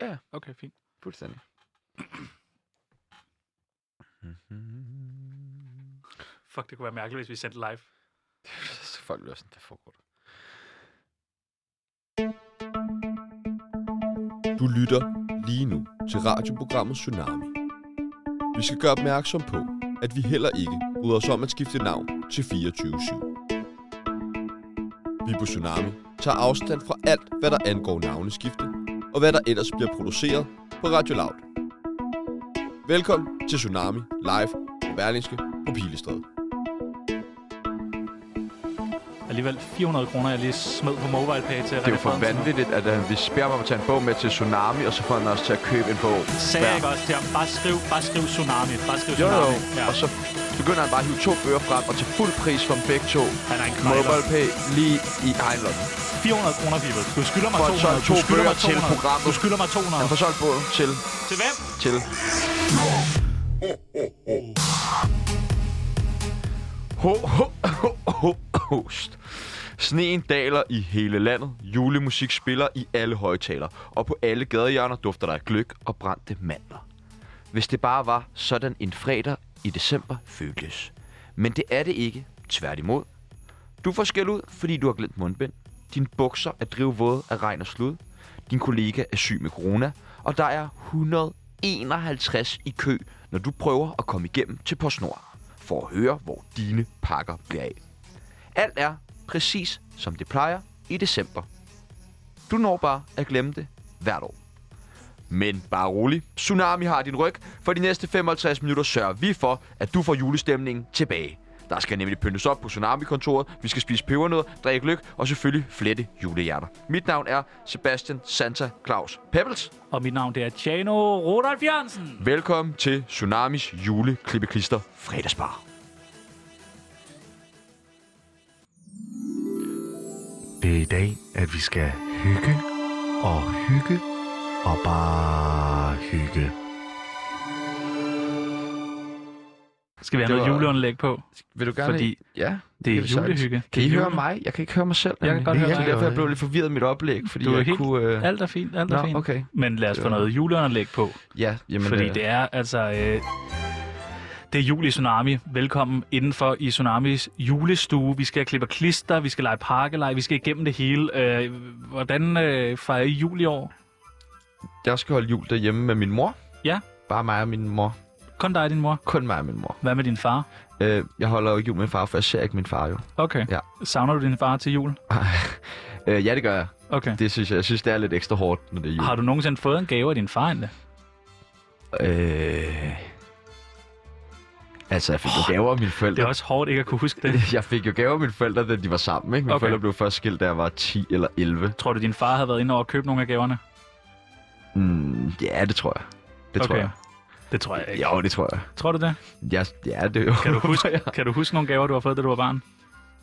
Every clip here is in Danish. Ja, ja. Okay, fint. Fuldstændig. Fuck, det kunne være mærkeligt, hvis vi sendte live. Så folk bliver sådan, der foregår der. Du lytter lige nu til radioprogrammet Tsunami. Vi skal gøre opmærksom på, at vi heller ikke bryder os om at skifte navn til 24-7. Vi på Tsunami tager afstand fra alt, hvad der angår navneskifte, og hvad der ellers bliver produceret på Radio Loud. Velkommen til Tsunami Live på Berlingske på Pilestræde. Alligevel 400 kroner, jeg lige smed på MobilePay til Det er jo for vanvittigt, at øh, vi spørger mig om at tage en bog med til Tsunami, og så får han os til at købe en bog. Sagde jeg ikke også til ham, bare skriv, bare skriv tsunami, bare skriv Jo, jo. tsunami. Ja. Og så begynder han bare at hive to bøger frem, og til fuld pris for dem begge to. Han er en Mobile knejler. Pay lige i Heinlein. 400 kroner, Bibel. Du skylder mig For 200. så to du skylder bøger mig til 200. programmet. Du skylder mig 200. Han får solgt bogen til... Til hvem? til. Ho, ho, ho, ho, host. Sneen daler i hele landet. Julemusik spiller i alle højtaler. Og på alle gadehjørner dufter der af gløk og brændte mandler. Hvis det bare var sådan en fredag i december føltes. Men det er det ikke. Tværtimod. Du får skæld ud, fordi du har glemt mundbind. Dine bukser er drivvåde af regn og slud. Din kollega er syg med corona. Og der er 151 i kø, når du prøver at komme igennem til PostNord. For at høre, hvor dine pakker bliver af. Alt er præcis som det plejer i december. Du når bare at glemme det hvert år. Men bare rolig, Tsunami har din ryg. For de næste 55 minutter sørger vi for, at du får julestemningen tilbage. Der skal nemlig pyntes op på Tsunami-kontoret, vi skal spise pebernødder, drikke gløk og selvfølgelig flette julehjerter. Mit navn er Sebastian Santa Claus Pebbles. Og mit navn, det er Tjano Rodolf Jørgensen. Velkommen til Tsunamis juleklippeklister fredagsbar. Det er i dag, at vi skal hygge og hygge og bare hygge. Skal vi have Det noget var- juleundlæg på? Vil du gerne... Fordi Ja. Det er kan vi sagtens. julehygge. Kan I Det er høre jule- mig? Jeg kan ikke høre mig selv. kan nemlig. godt høre Det er dig. derfor, jeg blev lidt forvirvet i mit oplæg, fordi Du er jeg helt- kunne... Øh... Alt er fint, alt er Nå, fint. okay. Men lad os få Det var- noget juleunderlæg på. Ja, jamen... Jamen, fordi øh, det er altså... Øh, det er jul i Tsunami. Velkommen indenfor i Tsunamis julestue. Vi skal klippe klister, vi skal lege parkelej, vi skal igennem det hele. Øh, hvordan øh, fejrer I jul i år? Jeg skal holde jul derhjemme med min mor. Ja. Bare mig og min mor. Kun dig og din mor. Kun mig og min mor. Hvad med din far? Øh, jeg holder jo ikke jul med min far, for jeg ser ikke min far jo. Okay. Ja. Savner du din far til jul? Øh, ja, det gør jeg. Okay. Det synes jeg. Jeg synes, det er lidt ekstra hårdt, når det er jul. Har du nogensinde fået en gave af din far endda? Ah. Øh... Altså, jeg fik jo gaver af mine Det forældre. er også hårdt ikke at kunne huske det. Jeg fik jo gaver af mine forældre, da de var sammen, ikke? Mine Okay. okay. forældre blev først skilt, da jeg var 10 eller 11. Tror du, din far havde været inde over at købe nogle af gaverne? Mm, ja, det tror jeg. Det tror Okay. jeg. Det tror jeg ikke. Jo, det tror jeg. Tror du det? Jeg, ja, det er jo... Kan du, huske, kan du huske nogle gaver, du har fået, da du var barn?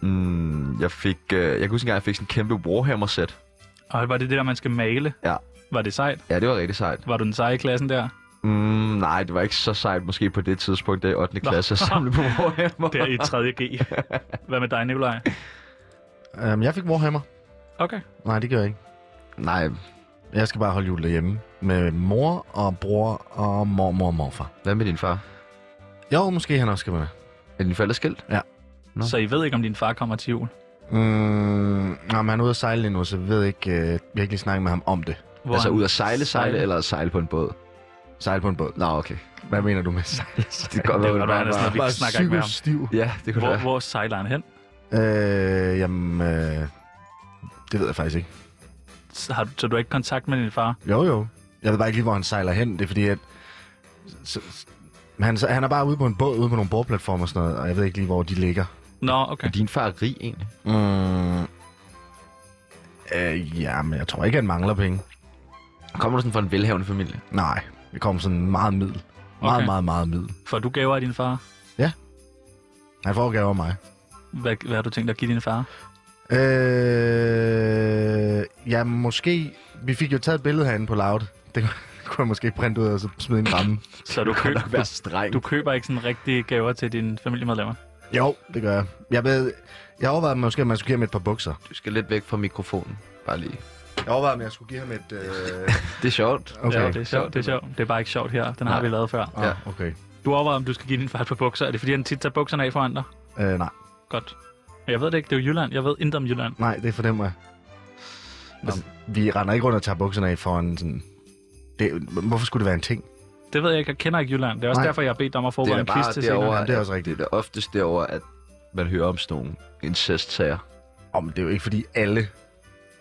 Mm, jeg fik... Øh, jeg kan huske engang, jeg fik sådan en kæmpe Warhammer-sæt. Og var det det der, man skal male? Ja. Var det sejt? Ja, det var rigtig sejt. Var du den seje i klassen der? Mm, nej, det var ikke så sejt måske på det tidspunkt, der i 8. klasse, at samle på Warhammer. Der i 3.G. Hvad med dig, Nikolaj? Um, jeg fik Warhammer. Okay. Nej, det gør jeg ikke. Nej, Jeg skal bare holde jul derhjemme med mor og bror og mormor og morfar. hvad med din far? Jo, måske han også skal med. Er din forældre skilt? Nå. Så I ved ikke, om din far kommer til jul? Mm, nej, men han er ude at sejle lige nu, så jeg ved ikke, øh, jeg har ikke lige snakket med ham om det. Hvor altså han- ud at sejle, sejle, eller at sejle på en båd? Sejle på en båd. Nå, okay. Hvad mener du med sejle? Det kan godt Det være, var at du, han er sådan, bare... at vi snakker ikke med ham. stiv. Ja, det kunne Hvor, det være. hvor sejler han hen? Øh, jamen, øh, det ved jeg faktisk ikke. Så Har du, så du har ikke kontakt med din far? Jo, jo. Jeg ved bare ikke lige, hvor han sejler hen. Det er fordi, at... Så, så, men han, så, han er bare ude på en båd, ude på nogle bordplatformer og sådan noget, og jeg ved ikke lige, hvor de ligger. Nå, okay. Er din far rig egentlig? Mm. Øh, ja, men jeg tror ikke, han mangler penge. Kommer du sådan fra en velhavende familie? Nej, det kommer sådan meget middel. Meget, Okay. okay. meget, meget middel. Får du gaver af din far? Han får gaver af mig. Hvad, hvad har du tænkt dig at give din far? Øh, ja, måske... Vi fik jo taget et billede herinde på Loud. Det kunne jeg måske printe ud og så smide i en ramme. Så du, køb, Vær streng. du køber ikke sådan rigtige gaver til dine familiemedlemmer? jo, det gør jeg. Jeg, ved, jeg overvejede måske, at man skulle give ham et par bukser. Du skal lidt væk fra mikrofonen. Bare lige. Jeg overvejede, om jeg skulle give ham et... Øh... Det er sjovt. Okay. Ja, det er sjovt, det er sjovt. Det er bare ikke sjovt her. Den har vi lavet før. Ah, okay. Du overvejer, om du skal give din far et par bukser. Er det fordi, han tit tager bukserne af foran dig? Øh, nej. Godt. Jeg ved det ikke, det er jo Jylland. Jeg ved intet om Jylland. nej, det fornemmer jeg. Altså, vi render ikke rundt og tager bukserne af for en sådan... Det, hvorfor skulle det være en ting? Det ved jeg ikke, jeg kender ikke Jylland. Det er også Nej. derfor, jeg har bedt dig om at Det forberede er en quiz bare til senere. derovre, Ja, det er også rigtigt. Det er da oftest derovre, at man hører om sådan nogle incestsager. Om det er jo ikke, fordi alle...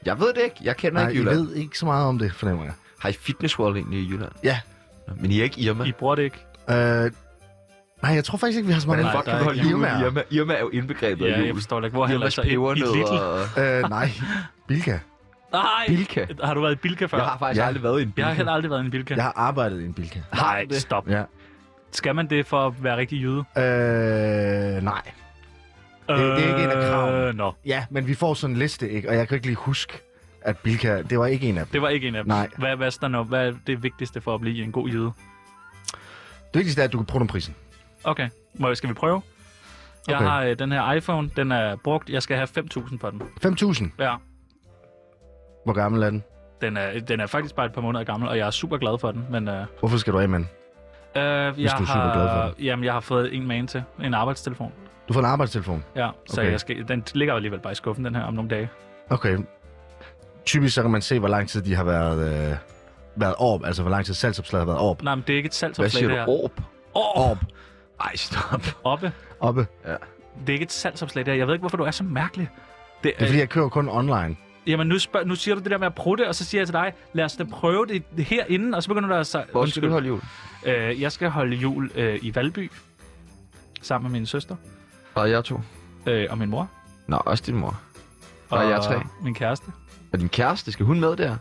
Jeg ved det ikke. Jeg kender Nej, ikke I Jylland. ved ikke så meget om det, fornemmer jeg. Har I Fitness World egentlig i Jylland? Ja. Nå, Men I er ikke Irma. I bruger det ikke. Øh, nej, jeg tror faktisk ikke, vi har så Hvordan meget... Nej, fuck der kan er du holde ikke jul i Irmaer. Irma? Irma er jo indbegrebet Ja, af jeg altså, jul. forstår det ikke. Hvor handler Irmas så et, et pebernødder Lidl? og Øh, nej. Bilka. Nej! Bilka. Har du været i Bilka før? Jeg har faktisk Ja. aldrig været i en Jeg har Bilka. heller aldrig været i en Bilka. Jeg har arbejdet i en Bilka. Nej, stop. Ja. Skal man det for at være rigtig jyde? Øh, nej. det er ikke en af kravene. Øh, Nå, Ja, men vi får sådan en liste, ikke? Og jeg kan ikke lige huske, at Bilka... Det var ikke en af dem. det var ikke en af dem. Nej. Hvad, hvad, står der- hvad er det vigtigste for at blive en god jyde? Det vigtigste er, at du kan bruge den prisen. Okay, Må, skal vi prøve? Jeg Okay. har øh, den her iPhone, den er brugt. Jeg skal have 5.000 på den. 5.000. Ja, Hvor gammel er den? den er, den er faktisk bare et par måneder gammel, og jeg er super glad for den. Men, øh, øh, Hvorfor skal du af med den? jeg du er har, superglad for Jamen, jeg har fået en man til. En arbejdstelefon. Du får en arbejdstelefon. Ja, så Okay. okay. jeg skal, den ligger alligevel bare i skuffen, den her, om nogle dage. Okay. Typisk så kan man se, hvor lang tid de har været, øh, været op. Altså, hvor lang tid salgsopslaget har været op. Nej, men det er ikke et salgsopslag, Hvad siger det du? her. Orb? Åh, Op. Ej, stop. oppe. Oppe. Det er ikke et salgsopslag, det her. Jeg ved ikke, hvorfor du er så mærkelig. Det, Det er, fordi jeg kører kun online. Jamen, nu, spørg, nu siger du det der med at prutte, og så siger jeg til dig, lad os da prøve det herinde, og så begynder du at... sige- Hvor skal du holde jul? Øh, jeg skal holde jul øh, i Valby, sammen med min søster Og jeg to. øh, og min mor. Nå, også din mor. Og jeg er tre. Min kæreste. Og din kæreste, skal hun med der?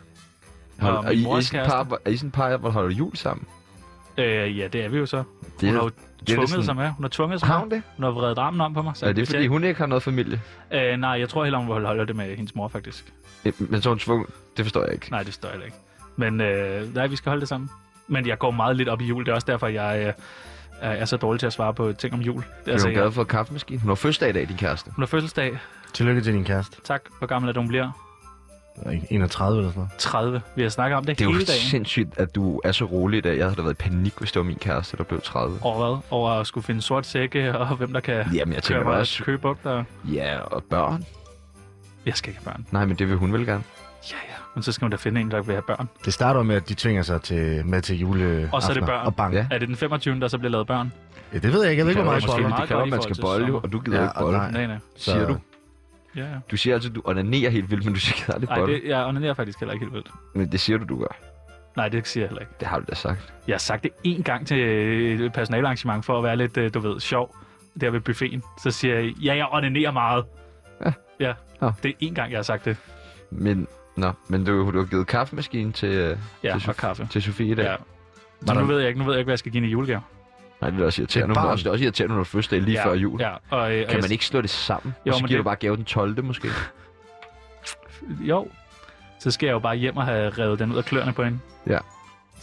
Hold, min og I, er, I mors sådan et par, hvor- er I sådan et par, hvor holder jul sammen? Øh, ja, det er vi jo så. Det Hun er, har jo er tvunget sådan- sig med. Hun har tvunget sig har med. hun det? Hun har vredet armen om på mig. Så Er det, fordi hun ikke har noget familie? Øh, nej, jeg tror heller, hun vil holde det med hendes mor, faktisk. Øh, Men så er hun tvunget. Det forstår jeg ikke. Nej, det står heller ikke. Men øh, nej, vi skal holde det sammen. Men jeg går meget lidt op i jul. Det er også derfor, jeg øh, er er så dårlig til at svare på ting om jul. Er Altså, hun glad jeg, for kaffemaskinen? Hun har fødselsdag i dag, din kæreste. hun har fødselsdag. Tillykke til din kæreste. Tak. Hvor gammel er du, hun bliver? Der er ikke 31 eller sådan noget. 30. Vi har snakket om det, Det er jo hele dagen. sindssygt, at du er så rolig i dag. Jeg havde da været i panik, hvis det var min kæreste, der blev 30. Over hvad? Over at skulle finde sort sække, og hvem der kan Jamen, jeg tænker køre da mig også, købe bugter. ja, og børn. Jeg skal ikke have børn. Nej, men det vil hun vel gerne. Ja, ja. Men så skal man da finde en, der vil have børn. Det starter jo med, at de tvinger sig til, med til jule Og så er det børn. Og bank. Ja. Ja. Er det den 25. der så bliver lavet børn? det ved jeg ikke. Jeg ved ikke, hvor meget jo måske jeg boller. meget det kan godt være, i man skal forhold til bolle, sommer. og du gider ja, Ja, ikke og bolle. nej. Nej, nej. Siger du? Ja, ja. Du siger altid, at du onanerer helt vildt, men du siger aldrig Nej, bolle. det, jeg onanerer faktisk heller ikke helt vildt. Men det siger du, du gør. Nej, det siger jeg heller ikke. Det har du da sagt. Jeg har sagt det én gang til øh, et personalarrangement for at være lidt, øh, du ved, sjov. Der ved buffeten. Så siger jeg, ja, jeg onanerer meget. Ja. Ja. Nå. Det er én gang, jeg har sagt det. Men, nå, men du, du har givet kaffemaskinen til, øh, Ja, til, og kaffe. til Sofie i dag. Ja. Ja. Så Var nu der- ved jeg ikke, nu ved jeg ikke, hvad jeg skal give hende i julegave. Nej, det er også irriterende. Et Hun er barn. også, det er også irriterende, når du har fødselsdag lige ja, før jul. Ja, og, øh, og Kan jeg- man ikke slå det sammen? Jo, Jo, og så men giver det- du bare gave den 12. måske? Jo. Så skal jeg jo bare hjem og have revet den ud af kløerne på hende.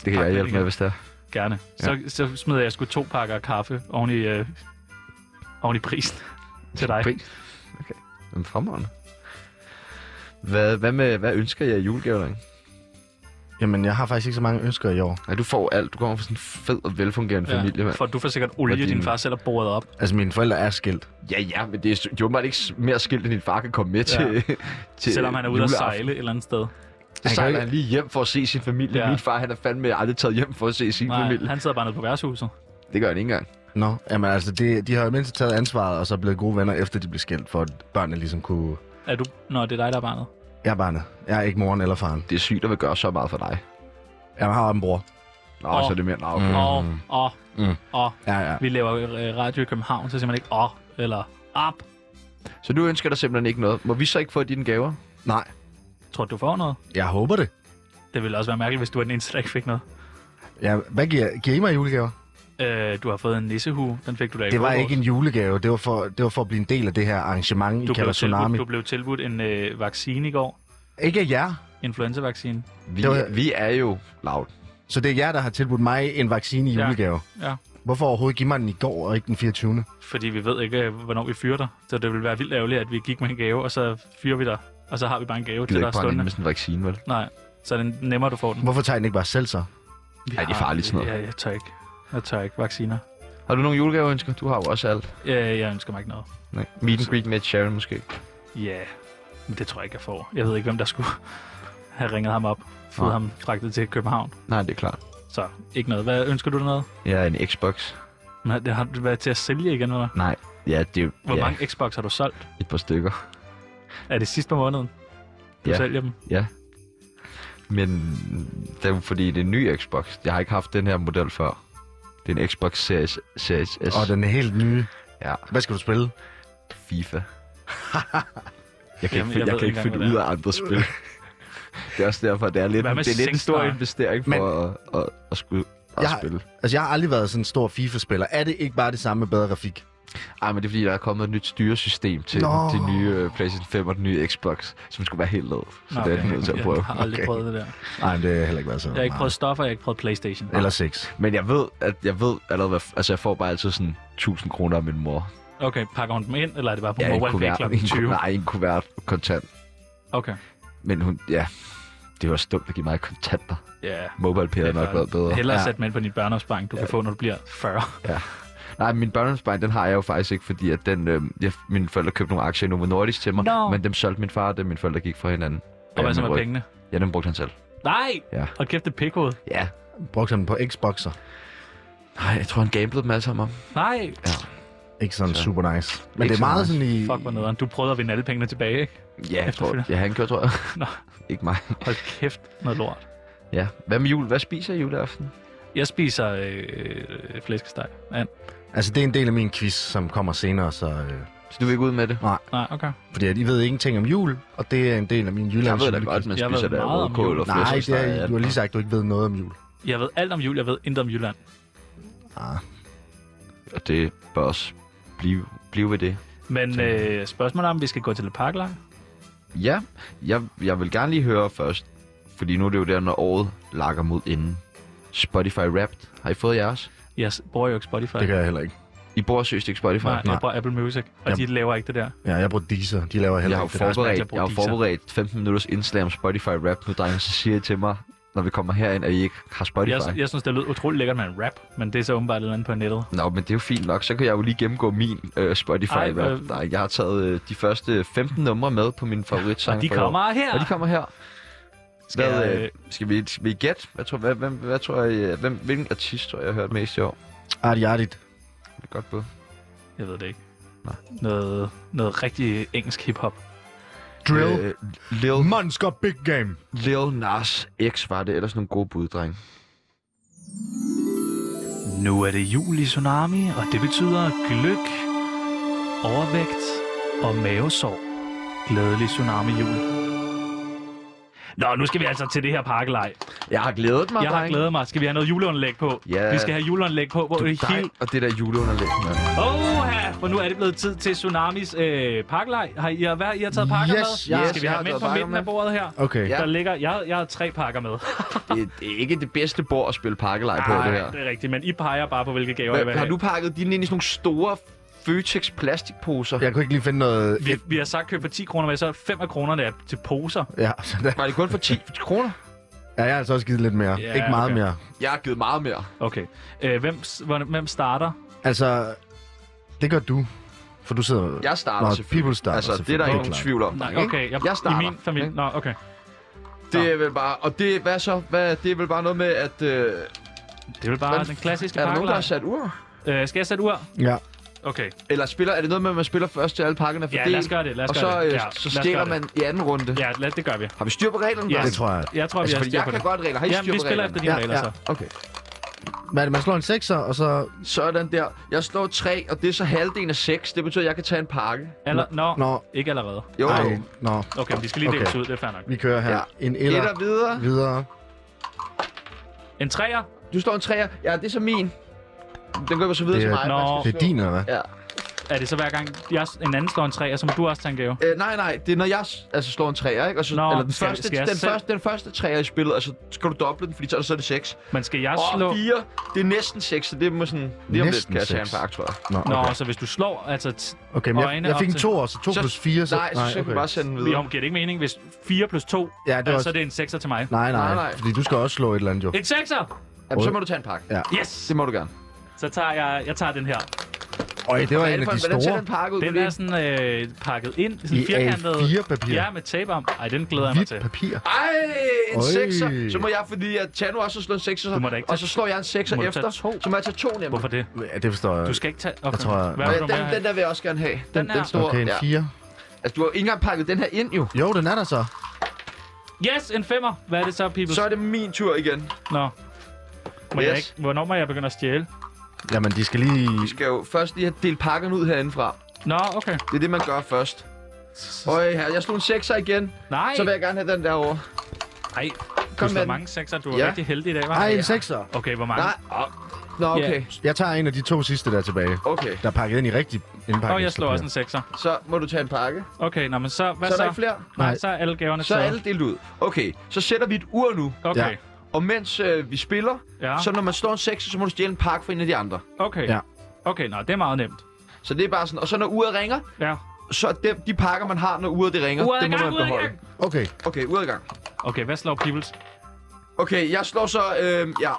Det kan Pak jeg den hjælpe med, igen. hvis det er. Gerne. Så, så smider jeg sgu to pakker kaffe oven i, øh, oven i prisen til dig. Pris. Okay. Jamen, fremragende. Hvad, hvad, med, hvad ønsker jeg i julegave, drenge? Jamen, jeg har faktisk ikke så mange ønsker i år. Nej, du får alt. Du kommer fra sådan en fed og velfungerende ja. familie, mand. For du får sikkert olie, Fordi- din far selv har boret op. Altså, mine forældre er skilt. Ja, ja, men det er jo åbenbart ikke s- mere skilt, end din far kan komme med til, til Selvom han er ude at juleaften. sejle et eller andet sted. Så Han kan sejler ikke- han lige hjem for at se sin familie. Ja. Ja. Min far, han er fandme aldrig taget hjem for at se sin Nej, Nej, familie. Han... han sidder bare nede på værtshuset. Det gør han ikke engang. Nå, jamen altså, de, de har jo mindst taget ansvaret, og så er blevet gode venner, efter de blev skilt, for at børnene ligesom kunne... Er du... Nå, det er dig, der er barnet. Jeg er barnet. Jeg er ikke moren eller faren. Det er sygt at vil gøre så meget for dig. Jeg har en bror. Nå, Åh. oh. så er det mere... Nå, okay. Mm. Åh, åh, åh, Mm. åh. Ja, ja. Vi laver øh, radio i København, så siger man ikke åh, eller op. Så du ønsker dig simpelthen ikke noget. Må vi så ikke få dine gaver? Nej, Tror du, du får noget? jeg håber det. Det ville også være mærkeligt, hvis du var den eneste, der ikke fik noget. Ja, hvad giver, giver I mig julegaver? Øh, du har fået en nissehue. Den fik du da i Det var forgårs. ikke en julegave. Det var, for, det var for at blive en del af det her arrangement, du I kalder blev, Tsunami. tilbudt, du blev tilbudt en øh, vaccine i går. Ikke af jer. Influenzavaccine. Vi, Det var- var... vi er jo loud. Så det er jer, der har tilbudt mig en vaccine i Ja. julegave. Ja. Hvorfor overhovedet give mig den i går og ikke den 24. Fordi vi ved ikke, øh, hvornår vi fyrer dig. Så det ville være vildt ærgerligt, at vi gik med en gave, og så fyrer vi dig og så har vi bare en gave til gider dig ikke brænde stående. ind med sådan en vaccine, vel? Nej, så er det nemmere, du får den. Hvorfor tager I den ikke bare selv så? Vi Ej, det er har- farligt, sådan noget. Ja, jeg tør ikke. Jeg tør ikke vacciner. Har du nogle julegaveønsker? Du har jo også alt. Ja, Øh, jeg ønsker mig ikke noget. Nej. Meet and greet med Ed Sheeran måske. Ja, men det tror jeg ikke, jeg får. Jeg ved ikke, hvem der skulle have ringet ham op. Fået Nej. ham fragtet til København. Nej, det er klart. Så ikke noget. Hvad ønsker du dig noget? Ja, en Xbox. Men har- Det har du været til at sælge igen, eller? Nej. Ja, det er Hvor ja, ja. mange Xbox har du solgt? et par stykker. Er det sidst på måneden? Du Ja. sælger dem? Men det er jo fordi, det er en ny Xbox. Jeg har ikke haft den her model før. Det er en Xbox Series, Series S. Og den er helt nye. Ja. Hvad skal du spille? FIFA. jeg kan Jamen, Jamen, jeg ikke, jeg jeg ved ikke kan ikke finde engang, ud af andre spil. det er også derfor, det er lidt, Hvad med det er lidt en stor Singstar? investering for Men... at, at, at, skulle at Jeg har- spille. Altså, jeg har aldrig været sådan en stor FIFA-spiller. Er det ikke bare det samme med bedre grafik? Ej, men det er fordi, der er kommet et nyt styresystem til Nå. de nye øh, PlayStation 5 og den nye Xbox, som skulle være helt lavet. Så Nå, det er jeg nødt til at prøve. Jeg har aldrig Okay. prøvet det der. Nej, men det har heller ikke været så. Jeg har ikke prøvet stoffer, jeg har ikke prøvet Playstation. Eller 6. Men jeg ved, at jeg ved allerede, hvad, altså jeg får bare altid sådan 1000 kroner af min mor. Okay, pakker hun dem ind, eller er det bare på Ja, en mobile pay kuvert, klokken en, 20? nej, en kuvert kontant. Okay. Men hun, ja, det var dumt at give mig kontanter. Ja. Mobile pay havde Det er nok været bedre. Hellere ja. sæt dem ind på din børneopsparing, du kan få, når du bliver 40. Nej, min børneopsparing, den har jeg jo faktisk ikke, fordi at den, øh, jeg, mine forældre købte nogle aktier i Novo Nordisk til mig, Nå. men dem solgte min far, da mine forældre gik fra hinanden. Og hvad Ja, så min med ryg- pengene? Ja, dem brugte han selv. Nej! Ja. Og kæft, det er pikhoved. Ja. Brugte den på Xboxer. Nej, jeg tror, han gamblede dem alle sammen om. Nej! Ikke sådan Så. så. super nice. Men Ikke det er meget så sådan i... Fuck, hvor nederen. Du prøvede at vinde alle pengene tilbage, ikke? Ja, jeg tror, Efterfølgende. ja, han gjorde, tror jeg. Nå. ikke mig. Hold kæft, noget lort. Ja. Hvad med jul? Hvad spiser I juleaften? Jeg spiser øh, øh, flæskesteg. And. Altså, det er en del af min quiz, som kommer senere, så... Øh, Så du vil ikke ud med det? Nej, okay. fordi at I ved ingenting om jul, og det er en del af min jyllands Jeg ved da julequiz. godt, man Jeg ved spiser der meget om rødkål jul. og Nej, det flæskesteg. er, du har lige sagt, at du ikke ved noget om jul. Jeg ved alt om jul, jeg ved intet om Jylland. Ah. Og det bør også blive, blive ved det. Men øh, spørgsmålet er, om vi skal gå til Le Parc Lang? Ja, jeg, jeg vil gerne lige høre først, fordi nu er det jo der, når året lakker mod inden. Spotify Wrapped, har I fået jeres? Jeg s- bruger jo ikke Spotify. Det gør jeg heller ikke. I bruger søst ikke Spotify? Nej, jeg Nej. bruger Apple Music, og de laver ikke det der. Ja, jeg bruger Deezer. De laver heller Jeg har jo ikke det der. også mærkeligt at forberedt, bruge jeg har jo Deezer. forberedt 15 minutters indslag om Spotify Wrapped nu, drenge, så siger I til mig, når vi kommer herind, at I ikke har Spotify. Jeg, jeg synes, det lød utroligt lækkert med en rap, men det er så åbenbart et eller andet på nettet. Nå, men det er jo fint nok. Så kan jeg jo lige gennemgå min øh, Spotify. Ej, Ej, øh. øh... Der, jeg har taget øh, de første 15 numre med på min favoritsang. Og de for i år. kommer her! Og de kommer her. Skal Skal, hvad, jeg, øh, øh, skal vi, skal vi gætte? Hvad tror, hvad, hvem, hvad tror jeg, øh, hvem, hvilken artist tror jeg, jeg har hørt mest i år? Arti Artit. Det er godt bud. Jeg ved det ikke. Nej. Noget, noget rigtig engelsk hiphop. Drill. Øh, Lil, Monster Big Game. Lil Nas X var det ellers nogle gode bud, dreng. Nu er det jul i Tsunami, og det betyder gløk, overvægt og mavesår. Glædelig Tsunami-jul. Nå, nu skal vi altså til det her pakkelej. Jeg har glædet mig, Jeg har dreng. glædet mig. Skal vi have noget juleunderlæg på? Ja. Vi skal have juleunderlæg på, hvor Du, det er helt... dig og det der juleunderlæg, mand. Oha! For nu er det blevet tid til Tsunamis øh, pakkelej. Har I, har, hvad, I har taget pakker Yes, med? ja. Skal vi Jeg have har dem ind taget på pakker midten med. af bordet her? Okay. Ja. Ja. Der ligger... Jeg, jeg har tre pakker med. Det, det er ikke det bedste bord at spille pakkelej på, det her. det er rigtigt, men I peger bare på, hvilke gaver jeg vil Hvad, har have. du pakket dine ind i sådan nogle store Føtex plastikposer? Jeg kunne ikke lige finde noget... Vi, vi har sagt køb for 10 kroner, men så er 5 af kronerne er til poser. Ja, så der... Var det kun for 10 kroner? ja, jeg har altså også givet lidt mere. Ja, ikke meget okay. mere. Jeg har givet meget mere. Okay. Øh, hvem, s- hvor- hvem starter? Altså, det gør du. For du sidder... Jeg starter Nå, selvfølgelig. people starter altså, det er der selvfølgelig, ikke nogen klart. tvivl om. Nej, drenge, ikke? okay. Jeg, jeg starter. I min familie. ikke? Nå, okay. Det er vel bare... Og det, hvad så? Hvad, det er vel bare noget med, at... Øh, er Det er vel bare Hvad- den klassiske der nogen, der pakkelej. har sat ur? Øh, skal jeg sætte ur? Ja. Okay. Eller spiller, er det noget med, at man spiller først til alle pakkerne? Ja, lad os gøre det. Lad os gøre og så, det. øh, Ja, lad så os gøre stiller det. man i anden runde. Ja, lad, det gør vi. Har vi styr på reglerne? Ja. Det tror jeg. Jeg tror, vi Altså, har fordi styr jeg på kan det. godt regler. Har I Jamen, styr vi på spiller reglerne? efter dine Ja, regler, så. ja. Okay. Hvad er det, man slår en 6'er, og så... Sådan der. Jeg slår 3, og det er så halvdelen af 6. Det betyder, at jeg kan tage en pakke. Aller, nå, Nå, ikke allerede. Jo, nej, jo. nå. Okay, men de skal lige Okay. deles ud, det er fair nok. Vi kører her. Ja. En eller, Etter videre. videre. En træer? Du slår en 3'er. Ja, det er så min. Den går jo så videre Det til mig. er- Nå. faktisk. Det er din, eller hvad? Ja. Er det så hver gang, jeg, en anden slår en træer, så må du også tage en gave? Øh, nej, nej, det er når jeg s- altså, slår en træer, ikke? Og så, Nå, eller den, skal- første, skal jeg den, selv- første, den første træer i spillet, altså skal du doble den, fordi så, så er det 6. Men skal jeg Og slå... 4, det er næsten 6, så det må sådan... Lige om lidt Næsten kan jeg tage en seks. pakke, tror jeg. Nå, Nå, okay. så hvis du slår, altså... T- okay men jeg, øjne jeg op fik en til- to år, så to Så- plus fire, så... Nej, så, så kan vi bare sende den vi videre. om giver det ikke mening, hvis 4 plus 2, Ja, det det er altså, også... det er en 6'er til mig. Nej, nej, Nej, nej, nej. fordi du skal også slå et eller andet, jo. En 6'er! Jamen, så må du tage en pakke. Ja. Yes! Det må du gerne. Så tager jeg, jeg tager den her. Øj, det var Hvad er en det for af de en- Hvordan ser store den pakke ud? Den Fordi- er sådan øh, pakket ind, sådan i firkantet. A4-papir. Ja, med tape om. Ej, den glæder jeg mig Hvidt til. papir. Ej, en Øj. sekser. Så må jeg, fordi at Tano også har slået en sekser, Du må da ikke og tage- så slår jeg en sekser Må du tage efter. to? Så må jeg tage to nemlig. Hvorfor det? Ja, det forstår jeg. Du skal ikke tage... Okay. Jeg tror, jeg- Hvad Og vil ja, du den, med? den der vil jeg også gerne have. Den, Den den, her. den store. Okay, en ja. fire. Altså, du har ikke engang pakket den her ind, jo. Jo, den er der så. Yes, en femmer. Hvad er det så, people? Så er det min tur igen. Nå. Må yes. jeg Yes. ikke? Hvornår må jeg begynde at stjæle? Jamen, de skal lige... Vi skal jo først lige have delt pakkerne ud herindefra. Nå, okay. Det er det, man gør først. Øj, her, jeg slog en sekser igen. Nej. Så vil jeg gerne have den derovre. Ej, Kom du med slår den. mange sekser. Du er Ja. rigtig heldig i dag, Ej, var. en sekser. Okay, hvor mange? Nej. Nå, okay. Jeg tager en af de to sidste, der er tilbage. Okay, Der er pakket ind i rigtig indpakning. Og jeg slår også en sekser. så må du tage en pakke. Okay, nå, men så... Hvad Så er så? der ikke flere. Nej, så er alle gaverne Så er alle delt ud. Okay, så sætter vi et ur nu. Okay. Og mens øh, vi spiller, Ja. så når man slår en sekser, så må du stjæle en pakke fra en af de andre. Okay. Ja. Okay, nå, det er meget nemt. Så det er bare sådan. Og så når uret ringer, Ja. så er dem, de pakker, man har, når uret det ringer, Uret er i det må gang, man uret er i beholde. gang. Okay, Okay, uret er i gang. Okay, hvad slår Peoples? Okay, jeg slår så... Øh, ja,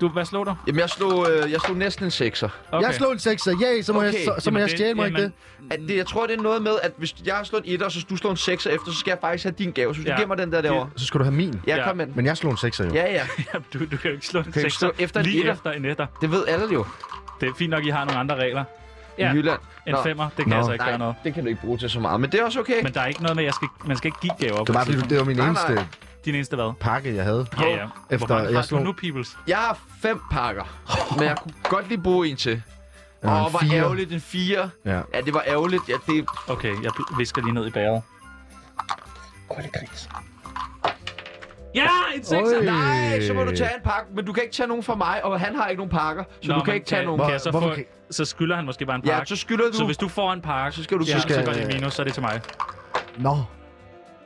Du, hvad slår du? jamen jeg slog, øh, jeg slog næsten en sekser. Okay. jeg slår en sekser. Yay, så må jeg, Okay, så, så må Jamen, jeg stjæle mig ikke det. jamen, At det, jeg tror, det er noget med, at hvis jeg har slået en etter, og så du slår en sekser efter, så skal jeg faktisk have din gave. Så hvis ja. Ja. du giver mig den der derovre. Så skal du have min. Ja, Ja. kom med den. Men jeg slog en sekser jo. Ja, ja. Jamen, du, du kan jo ikke slå en Kan ikke sekser slå efter en lige etter. efter en etter. Det ved alle jo Det er fint nok, I har nogle andre regler. ja. Ja. i Jylland. En Nå, femmer, det kan Nå. jeg så ikke Nej, gøre noget. det kan du ikke bruge til så meget, men det er også okay. Men Men... der er ikke noget med, at jeg skal, man skal ikke give gaver. Det var bare, fordi du- det var min Nej, nej. eneste Din eneste hvad? pakke, jeg havde. Ja, ja. Hvor Efter mange jeg har du slog nu, Peoples? Jeg har fem pakker, men jeg kunne godt lige bruge en til. Ja, Åh, en hvor fire. ærgerligt en fire. Ja. Ja, det var ærgerligt. Ja, det... Okay, jeg bl- visker lige ned i bæret. Ja, en sekser! Oj. Nej, så må du tage en pakke, men du kan ikke tage nogen fra mig, og han har ikke nogen pakker, så Nå, du kan men ikke tage nogen. Kan jeg så, Hvorfor få, så skylder han måske bare en Ja, pakke. så skylder du. så hvis du får en pakke, Så skal du- ja, så så, skal- går det i minus, så er det til mig. Nå.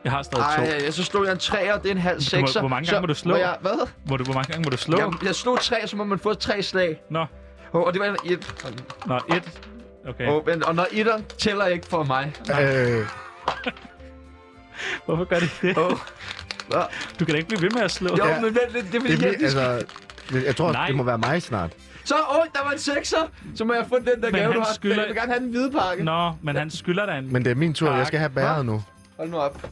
Jeg har stadig to. Ej, ja, så slog jeg en 3, og det er en halv må- 6. hvor mange gange må du slå? Jeg, hvad? Hvor, du, hvor mange gange må du slå? Jeg, jeg slog 3, så må man få tre slag. Nå, Og, og det var en et. nå, et. Okay. Og, men, og når etteren tæller ikke for mig. Øh, Hvorfor gør det det? Oh. Nå, Du kan da ikke blive ved med at slå. Jo, Ja. ja. men vent lidt, det er det fordi, bliver, jeg, altså... altså... Jeg tror, Nej. det må være mig snart. Så, åh, oh, der var en sekser, så må jeg få den der Men gave, han du har. skylder- Jeg vil gerne have den hvide pakke. Nå, men han skylder dig en... Men det er min tur. Jeg skal have bæret nu. Hold nu op.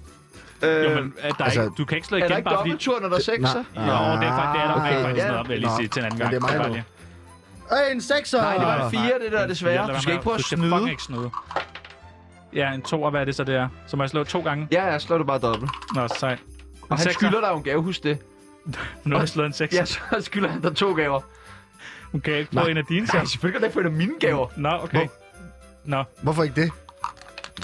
Øh, jo, men er der altså, altså, ikke, du kan ikke slå er igen, der ikke bare fordi... dobbelttur, når der er sekser? Nej. Jo, det er faktisk, det er der Ah, okay. okay. faktisk Ja. noget, vil jeg lige Nå, sige til en anden gang. men det er mig bare nu. det. Øh, en sekser! Nej, det var en Ah, fire, det der, Ja, desværre. lad være Du skal med ikke prøve at Du skal snyde. fucking ikke snyde. Ja, en to, og hvad er det så, det er? Så må jeg slå to gange? Ja, ja, slår du bare dobbelt. Nå, sejt. En Og han sekser. skylder dig jo en gave, husk det. Nu har jeg slået en seks. Ja, så skylder han dig to gaver. Hun kan ikke få en af dine Ja, så. selvfølgelig kan du ikke få en af mine gaver. Nå, okay. Nå, Hvorfor ikke det?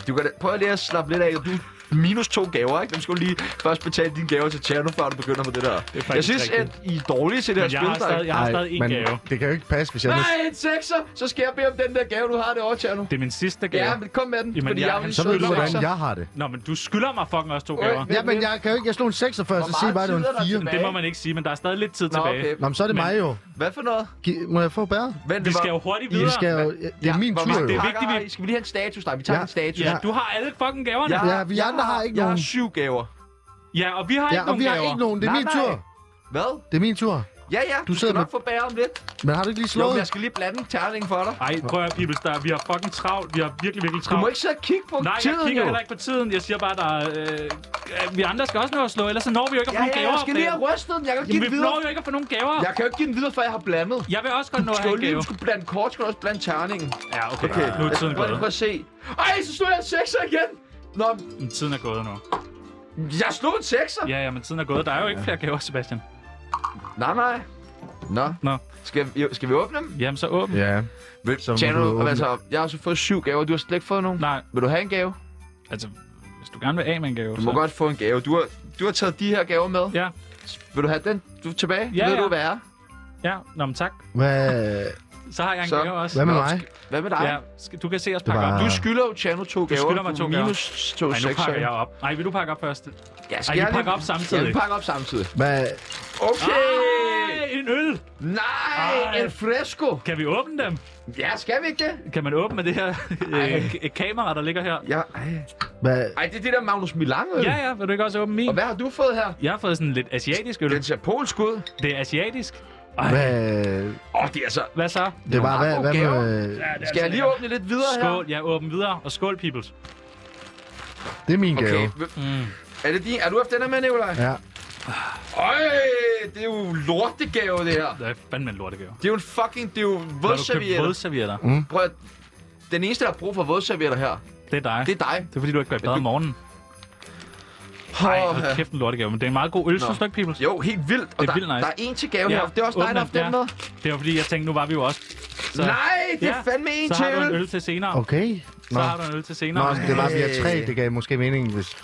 Du kan da, prøv lige at slappe lidt af. Du minus to gaver, ikke? Dem skal du lige først betale dine gaver til Tjerno, før du begynder med det der. faktisk Jeg synes, rigtigt. at I er dårlige til det her men jeg har spil. drenge. stadig, jeg har Ej, stadig en men gave. det kan jo ikke passe, hvis jeg... nu- Nej, en sekser! Så skal jeg bede om den der gave, du har derovre, Tjerno. Det er min sidste gave. Ja, men kom med den, Jamen, fordi jeg- jeg, jeg han vil Så ved du, Skylder mig hvordan så. jeg har det. Nå, men du skylder mig fucking også to gaver. men- Ja, men jeg kan jo ikke... Jeg slog en sekser før, Hvor så sig meget bare, at det var tid er en der fire. tilbage? Det må man ikke sige, men der er stadig lidt tid Nå, tilbage. okay. Nå, men så er det Men- mig jo. Hvad for noget? Gi- Må jeg få bæret? Vent, Vi skal jo hurtigt I videre. skal jo... Det er min hvor tur mange jo. Det er pakker vigtigt, vi- har I? Skal vi lige have en status? Nej, vi tager Ja. en status. Ja, du har alle fucking gaverne. Ja, Ja, vi andre har ikke jeg nogen. Jeg har syv gaver. ja og vi har Ja, ikke og nogen vi har gaver. ikke nogen. Det er Nej, min nej. tur. Hvad? Det er min tur. Ja, ja, du, du sidder skal nok med- få bære om lidt. Men har du ikke lige Jo, slået? men jeg skal lige blande en terning for dig. Ej, prøv at høre, Pibels, der, vi har fucking travlt. Vi har virkelig, virkelig Du travlt. må ikke sidde og kigge på Nej, tiden, jeg kigger jo. heller ikke på tiden. Jeg siger bare, der er, øh, vi andre skal også nå at slå, ellers så når vi jo ikke at Ja, få nogle ja, gaver. jeg skal opdager lige have du. rystet den. Jeg kan ikke give Jamen, den vi videre. når jo ikke at få nogle gaver. Jeg kan jo ikke give den videre, før jeg har blandet. Jeg vil også godt nå at Skal have jo en lige, gave. du skulle blande kort, skal du også blande terningen. Ja, okay. okay. Nu er tiden Prøv, prøv gået. at se. Ej, så slog jeg en sekser igen. Nå, Men Tiden er gået nu. jeg slog en sekser. Ja, ja, men tiden er gået. Der er jo ikke flere gaver, Sebastian. Nej, nej. Nå. Nå. Skal, vi- skal vi åbne dem? Jamen, så åben. Ja. Så må Tjano, du åbne. altså, jeg har så fået syv gaver. Du har slet ikke fået nogen. Nej, Vil du have en gave? altså, hvis du gerne vil af med en gave, Du må godt få en gave. Du har, du har taget de her gaver med. Ja. Vil du have den du er tilbage? Ja, Ved ja. du, hvad er? Ja, nå, men tak. Hvad... Så har jeg en Så- gave også. Hvad med Nå, mig? Hvad med dig? Ja, skal- du kan se os Det pakke var- op. Du skylder jo Tjerno to gaver. Ah. skylder mig Du to er gaver. Minus to Ej, nu sekser. pakker jeg op. Nej, vil du pakke op først? Ej, Ja, vi jeg lige- pakker op Ja, vi samtidig. pakker op samtidig. Hvad? Okay! Ej, en øl! Nej, Ej. en fresco. Kan vi åbne dem? Ja, skal vi ikke det? Kan man åbne med det her øh, k- kamera, der ligger her? Ja, ej. Hvad? ej, det er det der Magnus Milan. øh. Ja, ja, vil du ikke også åbne min? Og hvad har du fået her? Jeg har fået sådan lidt asiatisk øl. Den ser polsk ud. Det er asiatisk. Hvad? Åh, oh, det er så... Hvad så? Det var, hvad, Marco hvad med... Skal jeg lige åbne lidt videre her? Skål, ja, åbn videre. Og skål, peoples. Det er min gave. Okay. Mm. Er, det din? er du efter den her med, Nicolaj? Ja. Øj, det er jo lortegave, det her. Det er fandme en lortegave. Det er jo en fucking... Det er jo Har du købt vådservietter. vådservietter? Prøv at... Den eneste, der har brug for vådservietter her, Det er dig. det er dig. Det er fordi, du ikke går i bad om morgenen. Nej, Åh, hold ja. kæft en lortegave. Men det er en meget god øl, Nå. synes du ikke, peoples? Jo, helt vildt. Og Det er der, vildt nice. der er en til gave ja, her. Det er også dig, der har haft åbne den med. Det var fordi, jeg tænkte, nu var vi jo også. Så, Nej, det er Ja, fandme en så til har du en øl. øl til senere. Okay. Så Nå. har du en øl til Nå, senere. det var, vi har tre. Det gav måske mening, hvis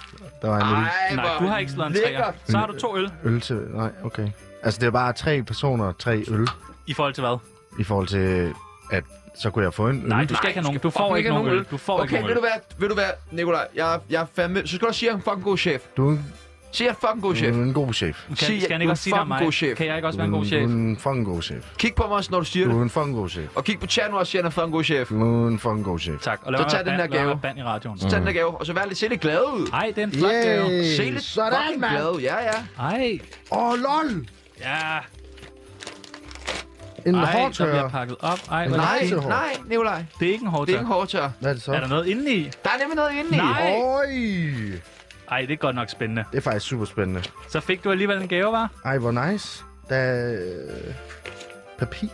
der var en øl, Ej, Nej, hvor du har ikke slået en træer. lækkert. Så har du to øl. øl til... Nej, okay. Altså, det er bare tre personer, tre øl, I forhold til hvad? i forhold til, at så kunne jeg få en øl. Nej, du skal ikke have nogen. Du får fucking ikke nogen øl. Du får ikke okay, nogen vil øl. du være, vil du være, Nikolaj, jeg, jeg er fandme, så skal du sige, at jeg er en fucking god chef. Du er en, Sig, at jeg er en fucking god chef. du er en god chef. Kan, Sig, skal at han du ikke er også sige dig fucking mig? god chef. Kan jeg ikke også være en god Mm. Du- chef? Du er en fucking god chef. Kig på mig også, når du siger Du det. er en fucking god chef. Og kig på Tjerno og siger, at han er en fucking god chef. Du er en fucking god chef. Tak. Og lad Så være tag med den at ban- her lad være med gave. at band i radioen. Så tag den der gave, og så vær lidt, se lidt glad ud. Ej, det er en flot gave. Se lidt fucking glad ud. Ja, ja. Ej. Åh, oh, lol! Ja. En Ej, der hårdtørrer. bliver pakket op. Ej, hvor er Nej, det fint. hårdtørrer. nej, Nikolaj. Det er ikke en Det er hårdtør. ikke en hårdtør. Hvad er det så? Er der noget inde i? Der er nemlig noget inde i. Nej. Øj! Ej, det er godt nok spændende. Det er faktisk super spændende. Så fik du alligevel en gave, var? Ej, hvor nice. Der er øh, papir.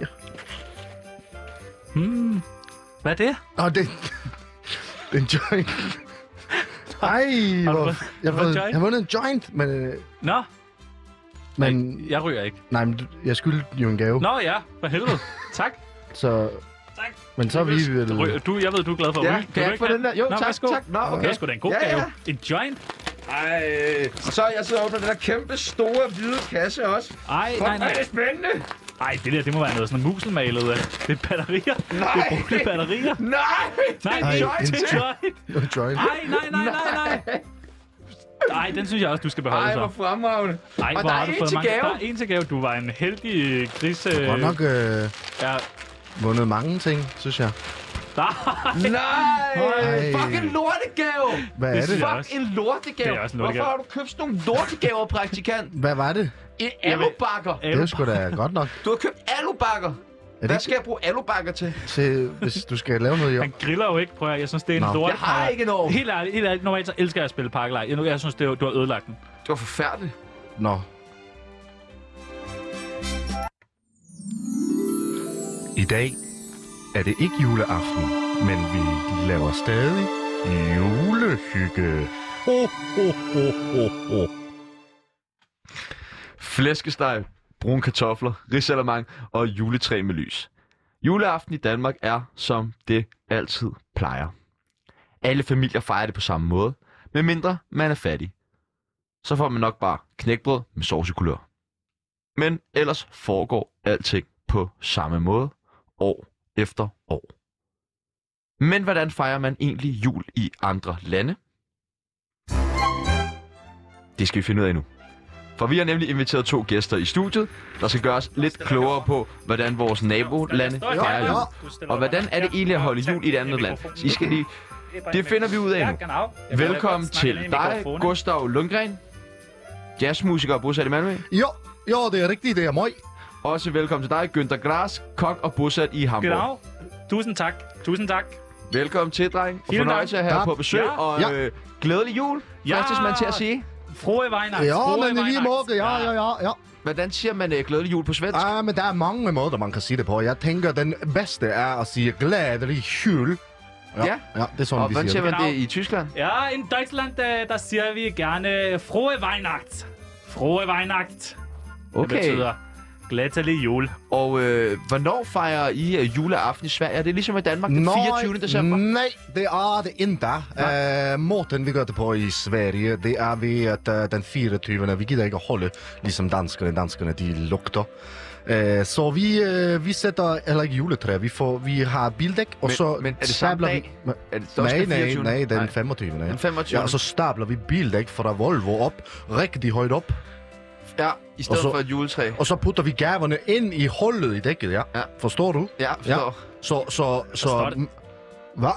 Hmm. Hvad er det? Nå, det, det er en joint. Ej, Har du hvor, fået- jeg, har du har fået en fået, joint? jeg har vundet en joint, men, øh, Nå, men Ej, jeg ryger ikke. nej, men du- jeg skyldte jo en gave, Nå ja, for helvede. tak. så... Tak. Men så er vi vel... Du ryger- Du, jeg ved, du er glad for at Ja, ryge. kan jeg ikke få den der? Jo, tak, tak. Nå, Okay. Det okay. er sgu da en god Ja, ja. gave. En joint? Ej. Og så har jeg siddet over på den der kæmpe, store, hvide kasse også. Ej, Fuck, nej, nej. det er spændende. Ej, det der, det må være noget sådan muselmalet. øh. Det er batterier. Nej. Det er brugte batterier. Nej, Nej, Ej, det er en en joint. En joint. Ej, nej, nej, nej, nej. Nej, den synes jeg også, du skal beholde Ej, hvor så. fremragende. Ej, og hvor der har er du en fået til mange. gave. Der er en til gave. Du var en heldig øh, gris. Øh, Godt nok øh, Ja. vundet mange ting, synes jeg. Nej, Ej. fucking lortegave. Hvad Det er det? synes jeg Fuck også. en lortegave. Det er også en Hvorfor lortegave. har du købt sådan nogle lortegaver, praktikant? Hvad var det? En alubakker. Det er sgu da godt nok. Du har købt alubakker. Er det Hvad ikke skal jeg bruge alubakker til? til, hvis du skal lave noget i år? Han griller jo ikke, prøv at høre. jeg synes, det er en Nå. lort. Jeg har ikke en ovn. Helt ærligt, helt ærligt, normalt så elsker jeg at spille parkleg. Jeg, jeg synes, det er, du har ødelagt den. Det var forfærdeligt. Nå. I dag er det ikke juleaften, men vi laver stadig julehygge. Ho, ho, ho, ho, ho. Flæskesteg, brune kartofler, risalamang og juletræ med lys. Juleaften i Danmark er, som det altid plejer. Alle familier fejrer det på samme måde, medmindre man er fattig. Så får man nok bare knækbrød med sovsekulør. Men ellers foregår alting på samme måde, år efter år. Men hvordan fejrer man egentlig jul i andre lande? Det skal vi finde ud af nu. For vi har nemlig inviteret to gæster i studiet, der skal gøre os lidt klogere på, hvordan vores nabolande fejrer jul. Og hvordan er det egentlig at holde jul i et andet land? Så I skal lige... Det finder vi ud af nu. Velkommen til dig, Gustav Lundgren, jazzmusiker og bosat i Malmø. Jo, jo, det er rigtigt, det er mig. Også velkommen til dig, Günther Gras, kok og bosat i Hamburg. Goddag. Tusind tak. Tusind tak. Velkommen til, dreng. Vielen Fornøjelse at have Dank. jer på besøg, Ja. og Ja. øh, glædelig jul, Ja. fristes man til at sige. Frohe Weihnachts. Ja, frohe men i lige Weihnachts. måde, ja, ja, ja, ja. Hvordan siger man øh, glædelig jul på svensk? Ah, men der er mange måder, man kan sige det på. Jeg tænker, den bedste er at sige glædelig jul. Ja. ja det er sådan, Og vi hvordan siger siger det. man det i Tyskland? Ja, in Deutschland, der, der siger vi gerne frohe Weihnachts. Frohe Weihnachts. Det Okay. betyder glædelig jul. Og øh, hvornår fejrer I øh, juleaften i Sverige? Er det ligesom i Danmark den 24. december? Nej, det er det ikke. Uh, måten vi gør det på i Sverige, det er eh, ved at uh, den 24. Vi gider ikke at holde, ligesom danskerne. Danskerne, de lugter. Øh, så vi, øh, vi sætter heller ikke juletræ. Vi, får, vi har bildæk, og Men- så men er det samme stabler dag? Vi, Er det så også nej, den nej, 24.? nej, det er den Nej. 25. Ja. Den 25. Ja, og så stabler vi bildæk fra Volvo op, rigtig højt op. ja, i stedet og så- for et juletræ. Og så putter vi gaverne ind i hullet i dækket, ja. Ja. Forstår du? Ja, forstår. Så, så, Forstår så... det. Hvad?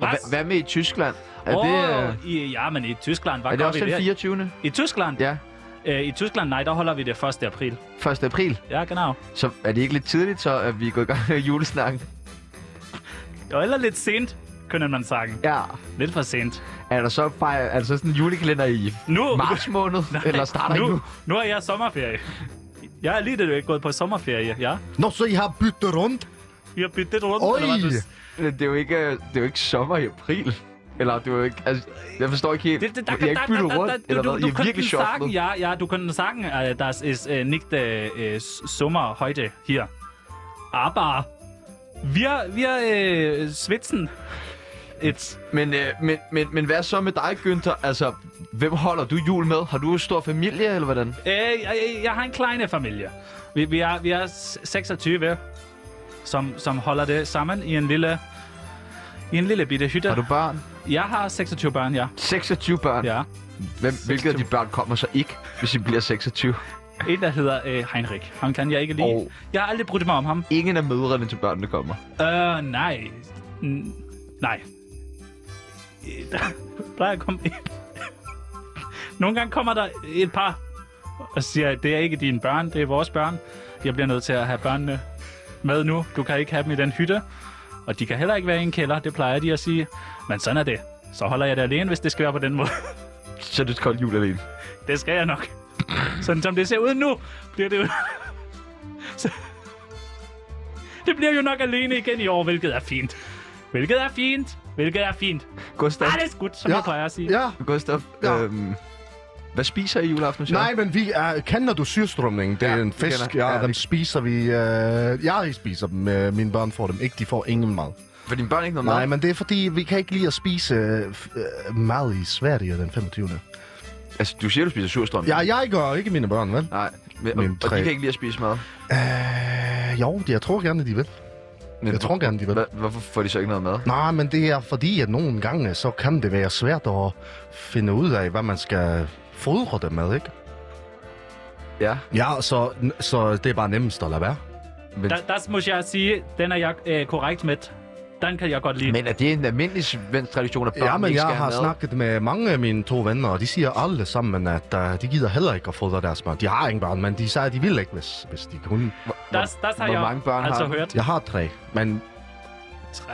Og hva- hvad med i Tyskland? Er Åh, det, øh, i, ja, men i Tyskland, hvad er det gør også vi den der? 24. I Tyskland? Ja, Øh, I Tyskland, nej, der holder vi det 1. april. 1. april. Ja, genau. Så er det ikke lidt tidligt, så at vi er gået i gang med julesnakken? Jo, eller lidt sent, kunne man sige. Ja. Lidt for sent. Er der så, fejl, er der så sådan en julekalender i Nu, marts måned? Nej, eller starter I nu, nu? nu er jeg sommerferie. Jeg er lige det, ikke gået på sommerferie, ja. Nå, så I har byttet rundt? Vi har byttet rundt, Oj! eller hvad du... s- Men Det er jo ikke, øh, det er jo ikke sommer i april. Eller det er jo ikke... Altså, jeg forstår ikke helt... Det, det, der, jeg er ikke byttet rundt, eller du, hvad? du jeg er virkelig könnten sagen, chokket. ja, ja, du könnten sagen, äh, das ist äh, nicht äh, äh, Sommer heute hier. Aber wir, wir äh, schwitzen. It's, Men, øh, men, men, men hvad så med dig, Günther? Altså, hvem holder du jul med? Har du en stor familie, eller hvordan? äh, jeg, jeg har en kleine familie. Vi, vi, er, vi er s- 26, som, som holder det sammen i en lille, i en lille bitte hytte. Har du børn? Jeg har 26 børn, ja. 26 børn. Ja. ja. Hvem, hvilket af de børn kommer så ikke, hvis I bliver 26? En, der hedder øh, Heinrich. Ham kan jeg ikke lide. Og- Jeg har aldrig brudt mig om ham. Ingen af mødrene til børnene kommer. Øh, nej. N- nej. Øh, Der plejer at komme... Nogle gange kommer der et par og siger, det er ikke dine børn, det er vores børn. Jeg bliver nødt til at have børnene med nu. Du kan ikke have dem i den hytte. Og de kan heller ikke være i en kælder, det plejer de at sige. Men sådan er det. Så holder jeg det alene, hvis det skal være på den måde. Så er det et koldt jul alene. Det skal jeg nok. Sådan som det ser ud nu, bliver det jo... Så... Det bliver jo nok alene igen i år, hvilket er fint. Hvilket er fint. Hvilket er fint. Gustav, Alles gut, som ja. jeg plejer at sige. Ja. Gustav Ja. øhm, hvad spiser I juleaften? så? Nej, men vi er... Kender du surstrømning? Det er Ja, en det kender jeg. fisk, ja, Ja, dem det- spiser vi... Øh, jeg spiser dem, øh, mine børn får dem ikke. De får ingen mad. For dine børn ikke noget Nej, mad? men det er fordi, vi kan ikke lide at spise øh, f- øh, mad i Sverige den 25. Altså, du siger, du spiser surstrøm. Ja, jeg gør ikke mine børn, vel? Nej, men, og, Mine og, de tre. kan ikke lide at spise mad. Øh, jo, de- jeg tror gerne, de vil. Men Jeg tror gerne, de vil. hva- hvorfor får de så ikke noget mad? Nej, men det er fordi, at nogle gange, så kan det være svært at finde ud af, hvad man skal fodre dem med, ikke? Ja, Ja, så, så det er bare nemmest at lade være. men, Der, der må jeg sige, den er jeg øh, korrekt med. Den kan jeg godt lide. Men... men er det en almindelig svensk tradition, at børn Ja, men ikke jeg skal have har mad? snakket med mange af mine to venner, og de siger alle sammen, at uh, de gider heller ikke at fodre deres børn. De har ingen børn, men de sagde, at de ville ikke, hvis, hvis de kunne. Das, das har hvor jeg mange børn altså har du? hørt. Jeg har tre, men, Tre.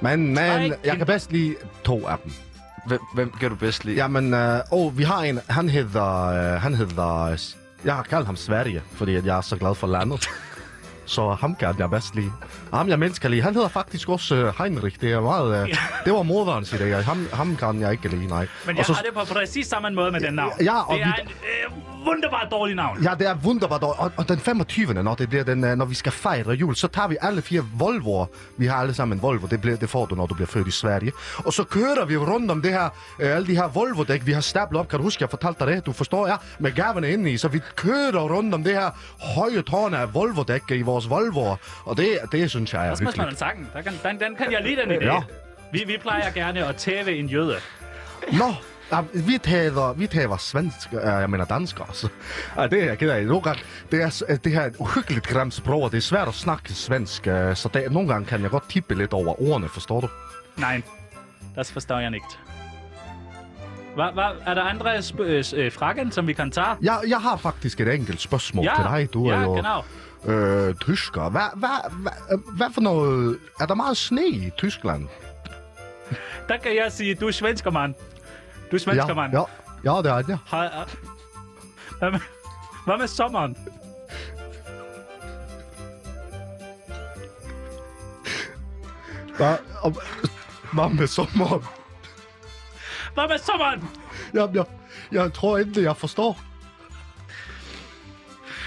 men, men Tre jeg kan bedst lide to af dem. Hvem, hvem kan du bedst lide? Jamen, øh, åh, vi har en, han hedder, øh, han hedder, øh, jeg har kaldt ham Sverige, fordi at jeg er så glad for landet. Så ham kan jeg bedst lide. Og ham jeg mindst kan lide, han hedder faktisk også øh, Heinrich, det er meget, øh, det var moderens idé, ham, ham kan jeg ikke lide, nej. Men Og jeg så... har det på præcis samme måde med den navn. Ja, og det er vi- en øh, wunderbar dårlig navn. Ja, det er wunderbart, og, og- og den 25. når, det bliver den, øh, når vi skal fejre jul, så tager vi alle fire Volvoer. Vi har alle sammen en Volvo, det, bliver, det får du, når du bliver født i Sverige. Og så kører vi rundt om det her, øh, alle de her Volvo-dæk, vi har stablet op. Kan du huske, jeg fortalte dig det? Du forstår, ja, med gaverne inde i. Så vi kører rundt om det her høje tårn af Volvo-dæk i vores Volvoer. Og det, det synes jeg er Das muss man hyggeligt. sagen. Der kan, den, den kan jeg lide, den idé. Ja. Vi, vi plejer gerne at tæve en jøde. Nå, ja, vi tager, vi tager svensk, øh, jeg mener dansk også. Ja, det er jeg ked af. Nogle gange, det er, s- øh, det her et uhyggeligt grimt sprog, og det er svært at snakke svensk, øh, så det, nogle gange kan jeg godt tippe lidt over ordene, forstår du? Nein, das forstår jeg ikke. Hva, hva, er der andre sp- øh, s- øh, fragen, som vi kan tage? Jeg, jeg har faktisk et enkelt spørgsmål til dig. Du ja, er jo genau. øh, tysker. Hvad, hvad, hvad, øh, hvad for noget... Er der meget sne i Tyskland? Der kan jeg sige, du er svensker, mand. Du er svensker, mand. ja, ja, det er det. Har, er- hvad, med, hvad med sommeren? Ja, og, hvad med sommeren? Hvad med sommeren? Jamen, jeg, jeg tror endelig, jeg forstår.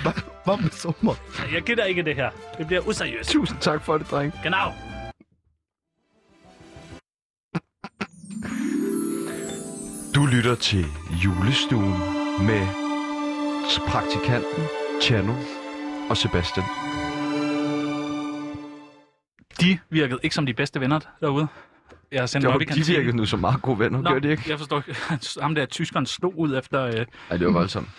Hvad, hvad med sommer? Jeg gider ikke det her. Det bliver useriøst. Tusind tak for det, dreng. Genau. Du lytter til julestuen med praktikanten Chano og Sebastian. De virkede ikke som de bedste venner derude. Jeg har sendt Det var, Lotte i de kantinen. virkede nu som meget gode venner, Nå, gør de ikke? jeg forstår ikke. Ham der tyskeren slog ud efter... Øh, Ej, det var voldsomt.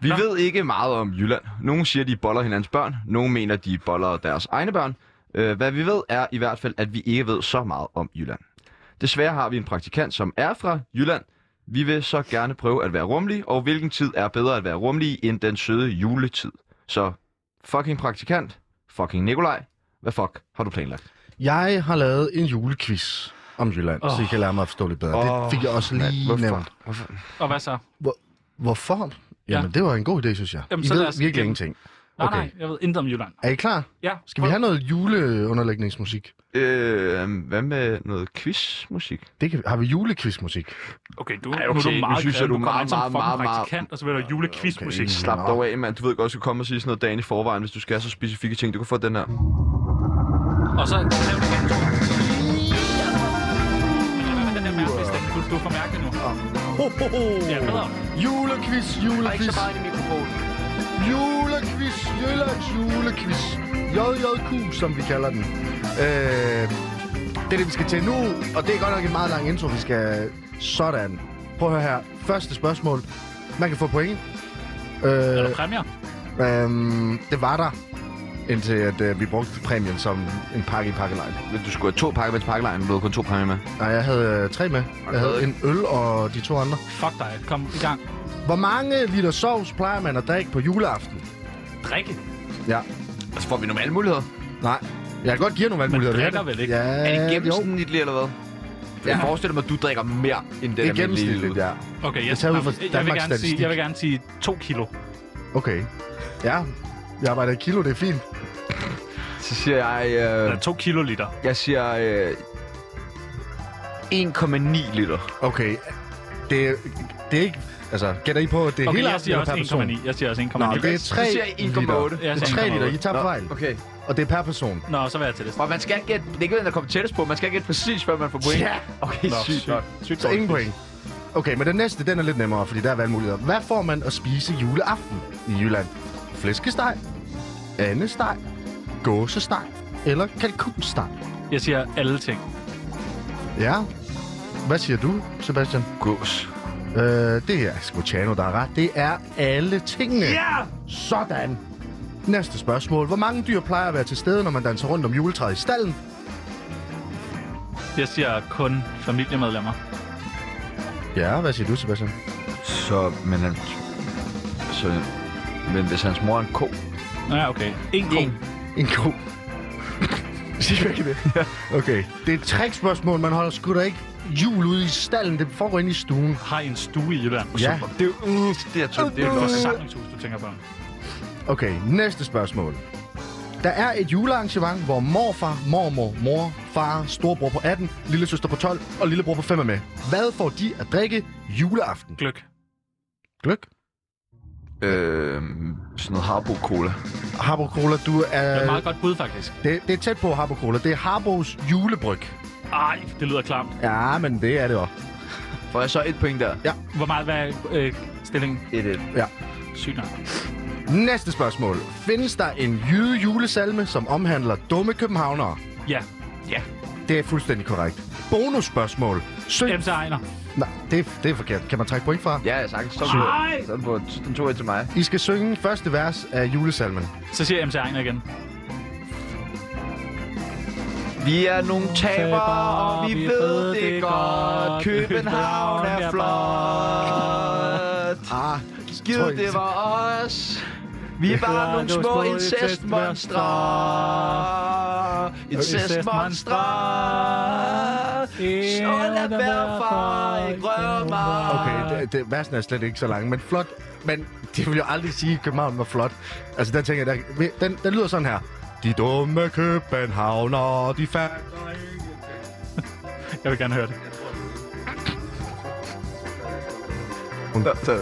Vi Nå. ved ikke meget om Jylland. Nogle siger, de boller hinandens børn. Nogle mener, de boller deres egne børn. Øh, hvad vi ved, er i hvert fald, at vi ikke ved så meget om Jylland. Desværre har vi en praktikant, som er fra Jylland. Vi vil så gerne prøve at være rummelige, og hvilken tid er bedre at være rummelig i, end den søde juletid. Så fucking praktikant, fucking Nikolaj, hvad fuck har du planlagt? Jeg har lavet en julequiz om Jylland, oh. så I Åh. kan lære mig at forstå lidt bedre. Oh, det fik jeg også lige Hvorfor? nævnt. Hvorfor? og hvad så? Hvorfor? Jamen, ja. det var en god idé, synes jeg. Jamen, I så ved lad os- virkelig jamen- ingenting. Nej, Okay. okay. nej, jeg ved intet om Jylland. Er I klar? Ja, Skal vi have noget juleunderlægningsmusik? Øh, hvad med noget quizmusik? Det kan, har vi julequizmusik? Okay, du, Ej, Ej, okay, okay. nu er nu du meget synes jeg, du er du kommer meget, ind som meget, fucking meget, meget- praktikant, og så vil der julekvistmusik. Okay. Slap dig af, mand. Du ved godt, du kan komme og sige sådan noget dagen i forvejen, hvis du skal have så specifikke ting. Du kan få den her. Og så lav det igen. Men lad være med den der mærkelige stemme. Du, du får mærke det nu. Ho, ho, ho. Ja, bedre. Julequiz, julequiz, i mikrofonen. julequiz, Jyllands julequiz. JJQ, som vi kalder den. Øh, det er det, vi skal til nu, og det er godt nok en meget lang intro, vi skal... Sådan. Prøv at høre her. Første spørgsmål. Man kan få point. Er Øh, der præmier? Øhm, det var der, indtil at, øh, vi brugte præmien som en pakke i pakkelejen. Men du skulle have to pakker, mens pakkelejen blev kun to pakker med. Nej, jeg havde øh, tre med. Jeg havde en øl og de to andre. Fuck dig. Kom i gang. Hvor mange liter sovs plejer man at drikke på juleaften? Drikke. Ja. Altså får vi normale muligheder. Nej. Jeg kan godt give jer nogle valgmuligheder. det er drikker det. vel ikke? Ja, Er det Øh, jo. gennemsnitligt eller hvad? Jeg Ja. forestiller mig, at du drikker mere end Det den er gennemsnitligt, ja. Okay, Jeg jeg, tager ud fra jeg, vil Danmarks gerne sige, Statistik. jeg vil gerne sige 2 kilo. Okay. Ja, jeg arbejder i kilo, det er fint. Så siger jeg... Øh, Eller 2 kiloliter. jeg siger... Øh, 1,9 liter. Okay. Det, det er ikke... Altså, gætter I på, at det er Okay, hele jeg siger aftenen også per person? 1,9. Jeg siger også 1,9. Nå, det er 3 Så siger jeg 1,8. liter. Jeg Det er siger 3 liter. 1,8. I tager fejl. Okay. Og det er per person. Nå, så vil jeg til det. Og man skal gætte... Det er ikke, hvem der kommer tættest på. Man skal gætte præcis, hvad man får point. Ja. Okay, Nå, sygt nok. sygt. Så ingen point. Okay, men den næste, den er lidt nemmere, fordi der er valgmuligheder. Hvad får man at spise juleaften i Jylland? Flæskesteg, andesteg, gåsesteg eller kalkunsteg? Jeg siger alle ting. Ja. Hvad siger du, Sebastian? Gås. Øh, det er sgu Tjano, der har ret. Det er alle tingene. Ja! Sådan. Næste spørgsmål. Hvor mange dyr plejer at være til stede, når man danser rundt om juletræet i stallen? Jeg siger kun familiemedlemmer. Ja, hvad siger du, Sebastian? Så... Men han... Så... Men hvis hans mor er en ko... Nå ja, okay. En ko. En. En ko. Siger jeg det? Ja. Okay. Det er et trickspørgsmål. Man holder sgu da ikke jul ude i stallen. Det foregår inde i stuen. Har I en stue i Jylland? Ja. Det er jo... Uh, det er, tydeligt. det er Det er et jo forsamlingshus, du tænker på. Okay, næste spørgsmål. Der er et julearrangement, hvor morfar, mormor, mor, far, storbror på 18, lillesøster på 12 og lillebror på 5 er med. Hvad får de at drikke juleaften? Gløk. Gløk. Øh, sådan noget Harbo Cola. Harbo Cola, du Det er et er... meget godt bud, faktisk. Det, det er tæt på Harbo Cola. Det er Harbos julebryg. Ej, det lyder klamt. Ja, men det er det også. Får jeg så et point der? Hvor meget hvad er øh, stillingen? Et, et. Sygt nok. Næste spørgsmål. Findes der en jyde julesalme, som omhandler dumme københavnere? Ja. Ja. Det er fuldstændig korrekt. Bonusspørgsmål. Søg... MC Ejner. Nej, det, er- det er forkert. Kan man trække point fra? Ja, jeg sagtens. Så Nej! Så på, den tog jeg til mig. I skal synge første vers af julesalmen. Så siger jeg MC Ejner igen. Vi er nogle tabere, og vi ved det godt. København er flot. Ah, tror Skid, jeg- det var os. Vi er bare nogle små incestmonstre. Incestmonstre. Så lad være for ikke røre mig. Okay, det, det, versen er slet ikke så lang, men flot. Men det vil jo aldrig sige, at København var flot. Altså, der tænker jeg, der, den, den lyder sådan her. De dumme københavner, de fandt... Jeg vil gerne høre det.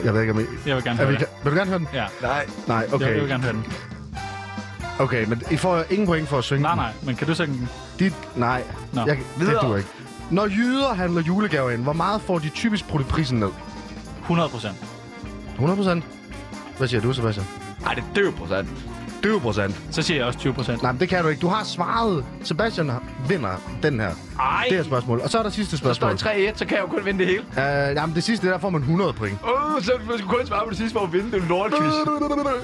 Jeg ved ikke, om I... Jeg vil gerne Er høre vi, det. vil du gerne høre den? Ja. Nej. Nej, Jeg, jeg vil okay. gerne høre den. Okay, men I får jo ingen point for at synge Nej, den. nej, men kan du synge den? Dit, nej, Nå. jeg, det Videre. duer ikke. Når jyder handler julegaver ind, hvor meget får de typisk puttet prisen ned? 100 procent. 100 procent? Hvad siger du, Sebastian? Ej, det er døv procent. 20 procent. Så siger jeg også 20 procent. Nej, men det kan du ikke. Du har svaret. Sebastian vinder den her. Ej, Det er et spørgsmål. Og så er der sidste Så står spørgsmål. jeg 3-1, så kan jeg jo kun vinde det hele. Øh, jamen, det sidste, der får man 100 point. Åh, oh, så du skulle kun svare på det sidste for at vinde. Det er en lortquiz.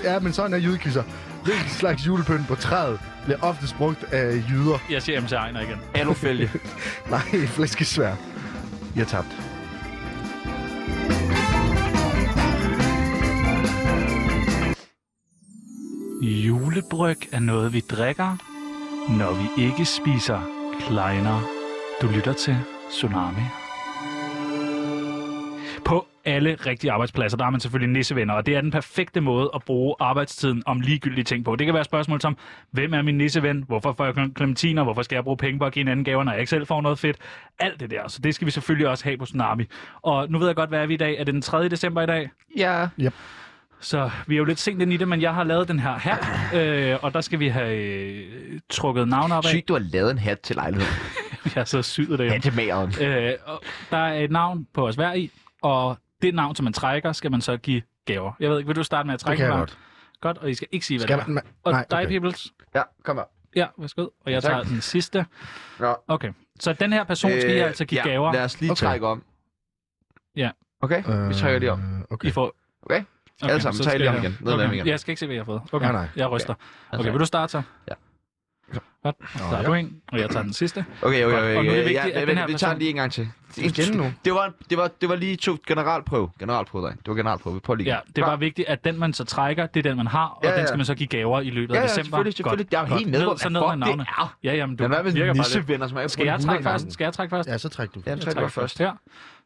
Ja, men sådan er jydekisser. Hvilken slags julepynt på træet bliver oftest brugt af jyder? jeg siger MC Ejner igen. Alufælge. Nej, flæskesvær. Jeg har tabt. Julebryg er noget, vi drikker, når vi ikke spiser kleiner. Du lytter til Tsunami. På alle rigtige arbejdspladser, der har man selvfølgelig nissevenner, og det er den perfekte måde at bruge arbejdstiden om ligegyldige ting på. Det kan være spørgsmål som, hvem er min nisseven? Hvorfor får jeg klementiner? Hvorfor skal jeg bruge penge på at give en anden gaver, når jeg ikke selv får noget fedt? Alt det der, så det skal vi selvfølgelig også have på Tsunami. Og nu ved jeg godt, hvad er vi i dag? Er det den 3. december i dag? Ja. Så vi er jo lidt sent ind i det, men jeg har lavet den her her, øh, og der skal vi have øh, trukket navne op af. Sygt, du har lavet en hat til lejligheden. Jeg har siddet syet derhjemme. Hat til mageren. Øh, og der er et navn på os hver i, og det navn, som man trækker, skal man så give gaver. Jeg ved ikke, vil du starte med at Det trække kan jeg navn? godt. Godt, og I skal ikke sige, hvad Skal det er. man... Og Nej, dig, okay. Peoples. Ja, kom her. Ja, værsgo. Og jeg Tak. tager den sidste. Nå. Okay. Så den her person skal I altså give Øh, ja, gaver. Lad os lige Okay. okay. trække om. Ja. Okay, vi trækker lige om. Øh, Okay. I får... Okay. Alle sammen, så tag skal lige om jeg- igen. Ned med dem igen. Jeg skal ikke se, hvad jeg har fået. Okay, Nej, nej. jeg ryster. Okay, vil du starte så? Altså, Ja. Godt, så tager du en, og jeg tager den sidste. Okay, okay, Godt, okay. og nu er det okay. vigtigt, at ja, den vent, her vi tager person- den lige en gang til. Igen nu. Det var, det var, det var lige to generalprøve. Generalprøve, dig. Det var generalprøve. Vi prøver lige. Ja, det er bare vigtigt, at den, man så trækker, det er den, man har, og Ja, den ja. skal man så give gaver i løbet Ja, af ja, december. selvfølgelig, selvfølgelig. Jeg er jo Godt. helt med på, Ned, så hvad ned fuck med navne. det er. Ja, jamen, du Men hvad med virker bare lidt. nissevenner, som er på Skal jeg trække først? Skal jeg trække først? Ja, så træk du. Ja, så Jeg trækker jeg først. Ja,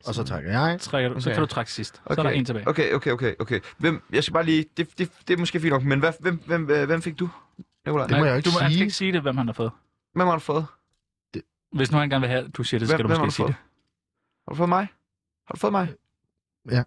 Og så trækker jeg. trækker du. Så Okay. kan du trække sidst. Så er der Okay. en tilbage. Okay, okay, okay, okay. Hvem, jeg skal bare lige, det, det, det er måske fint nok, men hvad, hvem, hvem, øh, hvem fik du, Nicolaj? Det må jeg jo du ikke må, Han skal sige. ikke sige det, hvem han har fået. Hvem har du fået? Hvis nu han gerne vil have, at du siger det, så skal Hvem- du hvem har måske sige du det. Har du fået mig? Har du fået mig? Ja.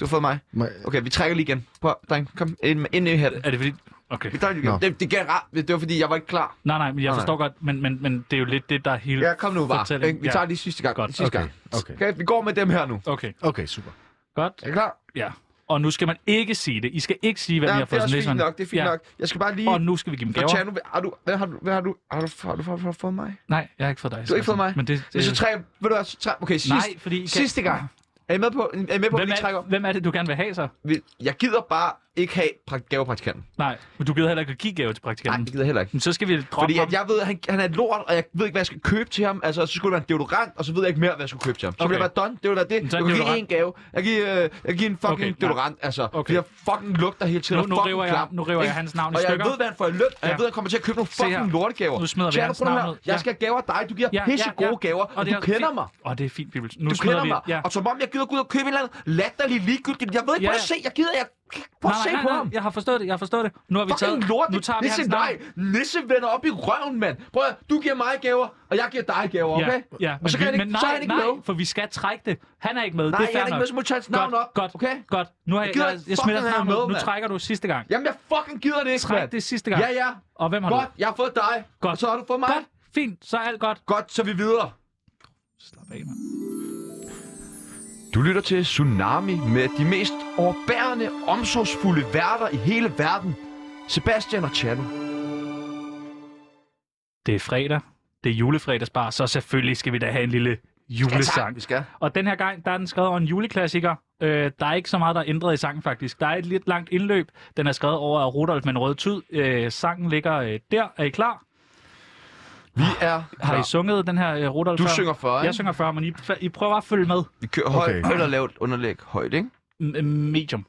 Du har fået mig. Må- Okay, vi trækker lige igen. Prøv, dreng, kom ind, ind i hatten. Er det fordi... Okay. Vi trækker lige Nå. igen. Det, det, gav ret. det var fordi, jeg var ikke klar. Nej, nej, men jeg Nej, nej. forstår godt, men, men, men det er jo lidt det, der er hele... Ja, kom nu bare. Fortælling. Ikke? Vi Ja. tager lige sidste gang. Godt. Sidste Okay, gang. okay. Okay, vi går med dem her nu. Okay, Okay, super. godt. Er I klar? Ja. Og nu skal man ikke sige det. I skal ikke sige, hvem Ja, jeg har det fået. er også sådan lidt fint sådan- nok. Det er fint Ja. nok. Jeg skal bare lige... Og nu skal vi give dem For gaver. Tjerno, har du, hvad har du, hvad har du, har du, har du, har du, har du fået mig? Nej, jeg har ikke fået dig. Du har ikke fået mig? Men det, Det er så tre, ved du hvad, så tre, okay, sidst. Øh. Nej, fordi... I kan- Sidste gang. Er I med på, er I med på at Hvem vi lige trækker? er, hvem er det, du gerne vil have så? Vi- Jeg gider bare ikke have pra- gavepraktikanten. Nej, men du gider heller ikke at give gave til Nej, praktikanten. det gider jeg heller ikke. Men så skal vi droppe Fordi ham. at jeg ved, at han, han er et lort, og jeg ved ikke, hvad jeg skal købe til ham. Altså, så skulle der en deodorant, og så ved jeg ikke mere, hvad jeg skulle købe til ham. Så Okay. okay. bliver jeg bare done. Det var da det. Men Jeg så en kan give deodorant. en gave. Jeg kan give, øh, jeg kan give en fucking Okay, nej. okay, deodorant, altså. Okay. Okay. Jeg fucking lugter hele tiden. nu, og nu, fucking river jeg, klam, nu river jeg ikke? hans navn i Og jeg stykker. ved, hvad han får i løn, og Ja. jeg ved, at han kommer til at købe nogle Se her. fucking lortegaver. Nu smider vi Tjerno, hans prøv nu navn her. ud. Ja. Jeg skal have gaver af dig. Du giver Ja, ja, pisse ja. gode gaver, Og og det er du kender fint. mig. Åh, det er fint, Bibels. Nu Du smider kender vi... mig. Ja. Og som om jeg gider gå ud og købe en eller anden latterlig ligegyldigt. Jeg ved ikke, Ja, prøv ja. at se. Jeg gider, jeg... Prøv at se på ham. Jeg har forstået det, jeg har forstået det. Nu har vi taget... Fucking lort, nu tager vi nisse, hans navn. nej, nisse vender op i røven, mand. Prøv at, du giver mig gaver, og jeg giver dig gaver, okay? Ja, ja, og så vi- kan han men ikke, nej, så er han ikke nej, med. for vi skal trække det. Han er ikke med, det Nej, jeg er er fair ikke nok. med, så må du tage hans navn godt, op, godt, okay? godt. Nu har jeg, Jeg jeg, gider jeg, ikke jeg fucking smider hans have navn ham ud. med, Nu mand. trækker du sidste gang. Jamen, jeg fucking gider det ikke, Træk mand. det sidste gang. Ja, ja. Og hvem har Godt, du? jeg har fået dig. Godt. Og så har du fået mig. Godt, fint, så er alt godt. Godt, så er vi videre. Slap af, mand. Du lytter til Tsunami med de mest overbærende, omsorgsfulde værter i hele verden. Sebastian og Chano. Det er fredag, det er julefredagsbar, så selvfølgelig skal vi da have en lille julesang. Vi skal. Og den her gang, der er den skrevet over en juleklassiker. Øh, der er ikke så meget, der er ændret i sangen faktisk. Der er et lidt langt indløb. Den er skrevet over af Rudolf med en rød tyd. Øh, sangen ligger øh, der. Er I klar? Vi er Har I klar. sunget den her øh, Rudolf Du før? synger for, Jeg ikke? synger før, men I, I prøver at følge med. Vi kører højt, Okay. højt og lavt underlæg. Højt, ikke? M- medium.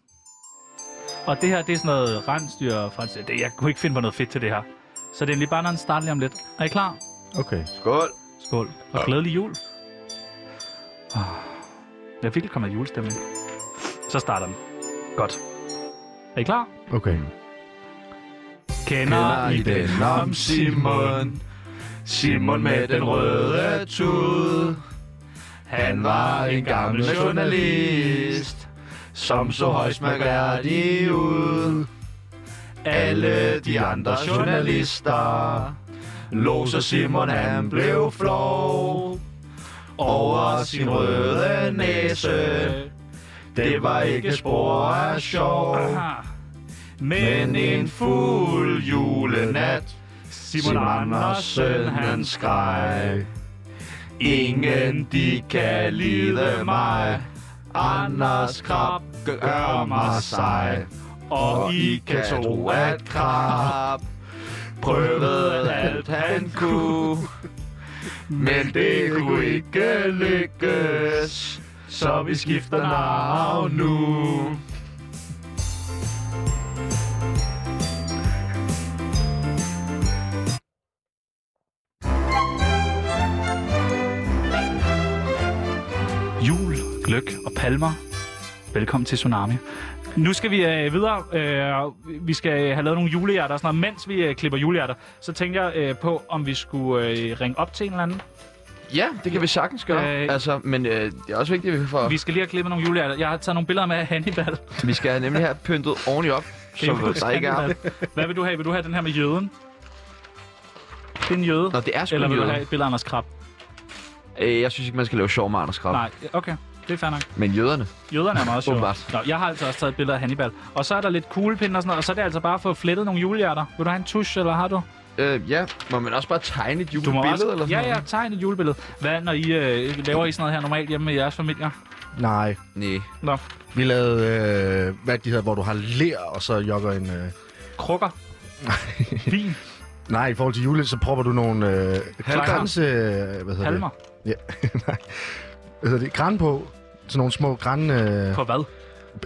Og det her, det er sådan noget rensdyr og fransk. Det, jeg kunne ikke finde på noget fedt til det her. Så det er lige bare, når den starter lige om lidt. Er I klar? Okay. Skål. Skål. Og glædelig jul. Ah, Jeg er virkelig kommet i julestemning. Så starter den. Godt. Er I klar? Okay. Kender I den om Simon? Simon med den røde tud. Han var en gammel journalist, som så højst mærkværdig ud. Alle de andre journalister lå så Simon han blev flov over sin røde næse. Det var ikke spor af sjov. Men en fuld julenat, Simon Andersen han skreg. Ingen de kan lide mig, Anders Krab gør mig sej. Og I kan tro, at Krab prøvede alt han kunne. Men det kunne ikke lykkes, så vi skifter navn nu. Jul, gløk og palmer. Velkommen til Tsunami. Nu skal vi øh, videre. Øh, vi skal have lavet nogle julehjerter og sådan noget. Mens vi øh, klipper julehjerter, så tænker jeg øh, på, om vi skulle øh, ringe op til en eller anden. Ja, det kan vi sagtens gøre. Øh. Øh... Altså, men øh, det er også vigtigt, at vi får... Vi skal lige have klippet nogle julehjerter. Jeg har taget nogle billeder med af Hannibal. Vi skal have nemlig have pyntet ordentligt op, så der ikke er... Hvad vil du have? Vil du have den her med jøden? Det er en jøde. Nå, det er sgu eller vil du jøder. have et billede af Anders Krab? Øh, jeg synes ikke, man skal lave sjov med Anders Krab. Nej, okay. Det er fair nok. Men jøderne. Jøderne er meget sjove. Åbenbart. Nå, jeg har altså også taget et billede af Hannibal. Og så er der lidt kuglepinde og sådan noget, og så er det altså bare at få flettet nogle julehjerter. Vil du have en tusch, eller har du? Øh, ja, må man også bare tegne et Du må julebillede også... eller sådan ja, ja, tegn et julebillede. Hvad, når I øh, laver I sådan noget her normalt hjemme med jeres familier? Nej. Nej. Nå, Vi lavede, øh, hvad de hedder, hvor du har ler, og så jogger en... Øh... krukker. Vin. Nej, i forhold til jule, så propper du nogle... Øh, kranse... øh, Hvad hedder Palmer. det? Ja, nej. Hvad hedder det? Gran på. Sådan nogle små gran... Øh, På hvad?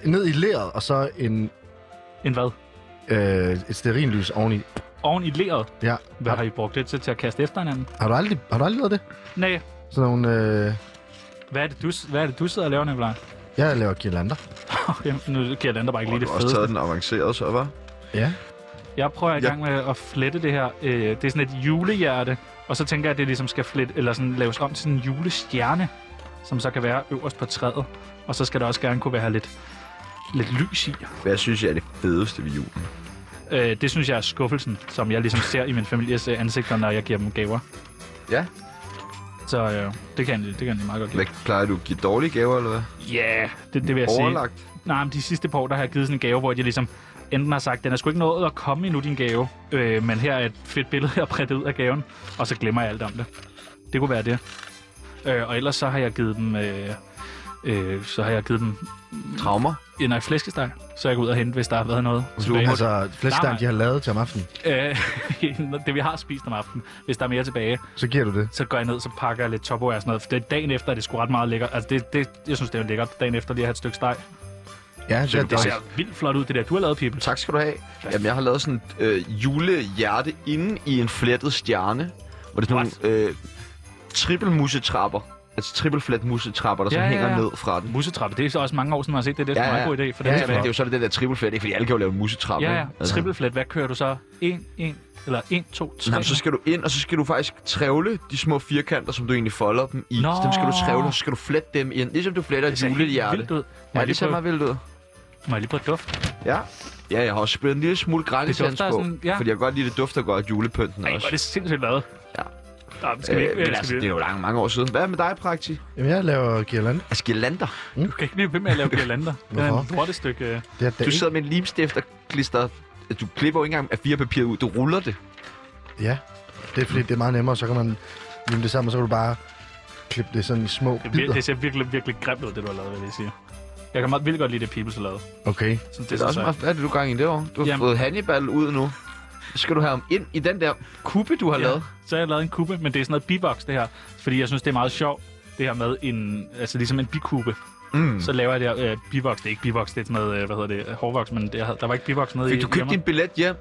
ned i leret, og så en, En hvad? øh, et sterinlys oveni. Oven i leret. Ja. Hvad har I brugt det til, til at kaste efter hinanden? Har du aldrig, har du aldrig lavet det? Nej. Sådan nogle... Øh, Hvad er det, du, hvad er det, du sidder og laver, Nicolaj? jeg laver girlander. Okay, nu kan jeg lande bare ikke Lige lige du har det også taget fedeste. den avancerede, så var. Ja. Jeg prøver i Ja. gang med at flette det her. Øh, Det er sådan et julehjerte, og så tænker jeg, at det ligesom skal flette, eller sådan laves om til sådan en julestjerne, som så kan være øverst på træet. Og så skal der også gerne kunne være lidt, lidt lys i. Hvad synes jeg er det fedeste ved julen? Øh, Det synes jeg er skuffelsen, som jeg ligesom ser i min families øh, ansigter, når jeg giver dem gaver. Ja. Så øh, det kan det kan jeg meget godt lide. Hvad plejer du at give dårlige gaver, eller hvad? Ja, yeah, det, det vil jeg sige. Overlagt. Nej, men de sidste par år, der har jeg givet sådan en gave, hvor de ligesom enten har sagt, den er sgu ikke nået at komme endnu, din gave, øh, men her er et fedt billede, jeg har printet ud af gaven, og så glemmer jeg alt om det. Det kunne være det. Øh, og ellers så har jeg givet dem... Øh, øh, så har jeg givet dem Traumer. en af flæskesteg, så jeg går ud og hente, hvis der har været noget tilbage. Altså, Nej, nej. flæskestang, de har lavet til om aftenen. Øh, det vi har spist om aftenen. Hvis der er mere tilbage, Så giver du det. så går jeg ned, så pakker jeg lidt topo og sådan noget. For det, dagen efter er det sgu ret meget lækkert. Altså, det, det, jeg synes, det er lækkert dagen efter lige at have et stykke steg. Ja, det, Det ser vildt flot ud, det der, du har lavet, Pibel. Tak skal du have. Jamen, jeg har lavet sådan et øh, julehjerte inde i en flettet stjerne. Hvor det er sådan nogle øh, trippelmusetrapper. Altså trippelflat musetrapper, der ja, Ja, sådan ja, hænger ja. ned fra den. Musetrappe, det er så også mange år siden, man har set det. Det er ja, en meget god idé. For ja, den ja, skal men det er være. jo så det der trippelflat, ikke? Fordi alle kan jo lave en musetrappe. ja, ikke? Altså, ja. Trippelflat, hvad kører du så? 1, 1, eller 1, 2, 3. Nå, men så skal du ind, og så skal du faktisk trævle de små firkanter, som du egentlig folder dem i. Nå. Dem skal du trævle, og så skal du flette dem ind, ligesom du fletter et julehjerte. Vildt ud. Må, jeg Ja, det lige ser prøve, meget vildt ud. må jeg lige prøve et duft? Ja. Ja, jeg har også spillet en lille smule grænsevand dufter på, sådan- ja. fordi jeg godt lide, det dufter godt julepynten Nej, også. hvor er det sindssygt lavet. Ja. Nå, men skal vi Øh, ikke... Øh, men altså, skal det vi, er jo langt, mange år siden. Hvad er med dig, Prakti? Jamen, jeg laver girlander. Altså, girlander. du kan ikke blive ved med at lave girlander. Det er en Hvorfor? lortestykke. øh. Det er da Du ikke. sidder med en limstift og klister... Du klipper jo ikke engang af fire papiret ud. Du ruller det. Ja. Det er fordi, det er meget nemmere, så kan man lime det sammen, og så kan du bare klippe det sådan i små Det, er vir- bidder. det ser virkelig, virkelig grimt ud, det du har lavet, vil jeg lige sige. Jeg kan meget vildt godt lide det, Pibels har lavet. Okay. Så det, Det er også meget, hvad er det, du gang i det år? Du har Jamen. fået Hannibal ud nu. Så skal du have ham ind i den der kuppe, du har Ja. lavet. Så har jeg lavet en kube, men det er sådan noget bivoks, det her. Fordi jeg synes, det er meget sjovt, det her med en, altså ligesom en bikube. Mm. Så laver jeg det her øh, bivoks. Det er ikke bivoks, det er sådan noget, øh, hvad hedder det, hårvoks, men det, jeg havde- der var ikke bivoks nede Fik i du købt hjemme. din billet hjem,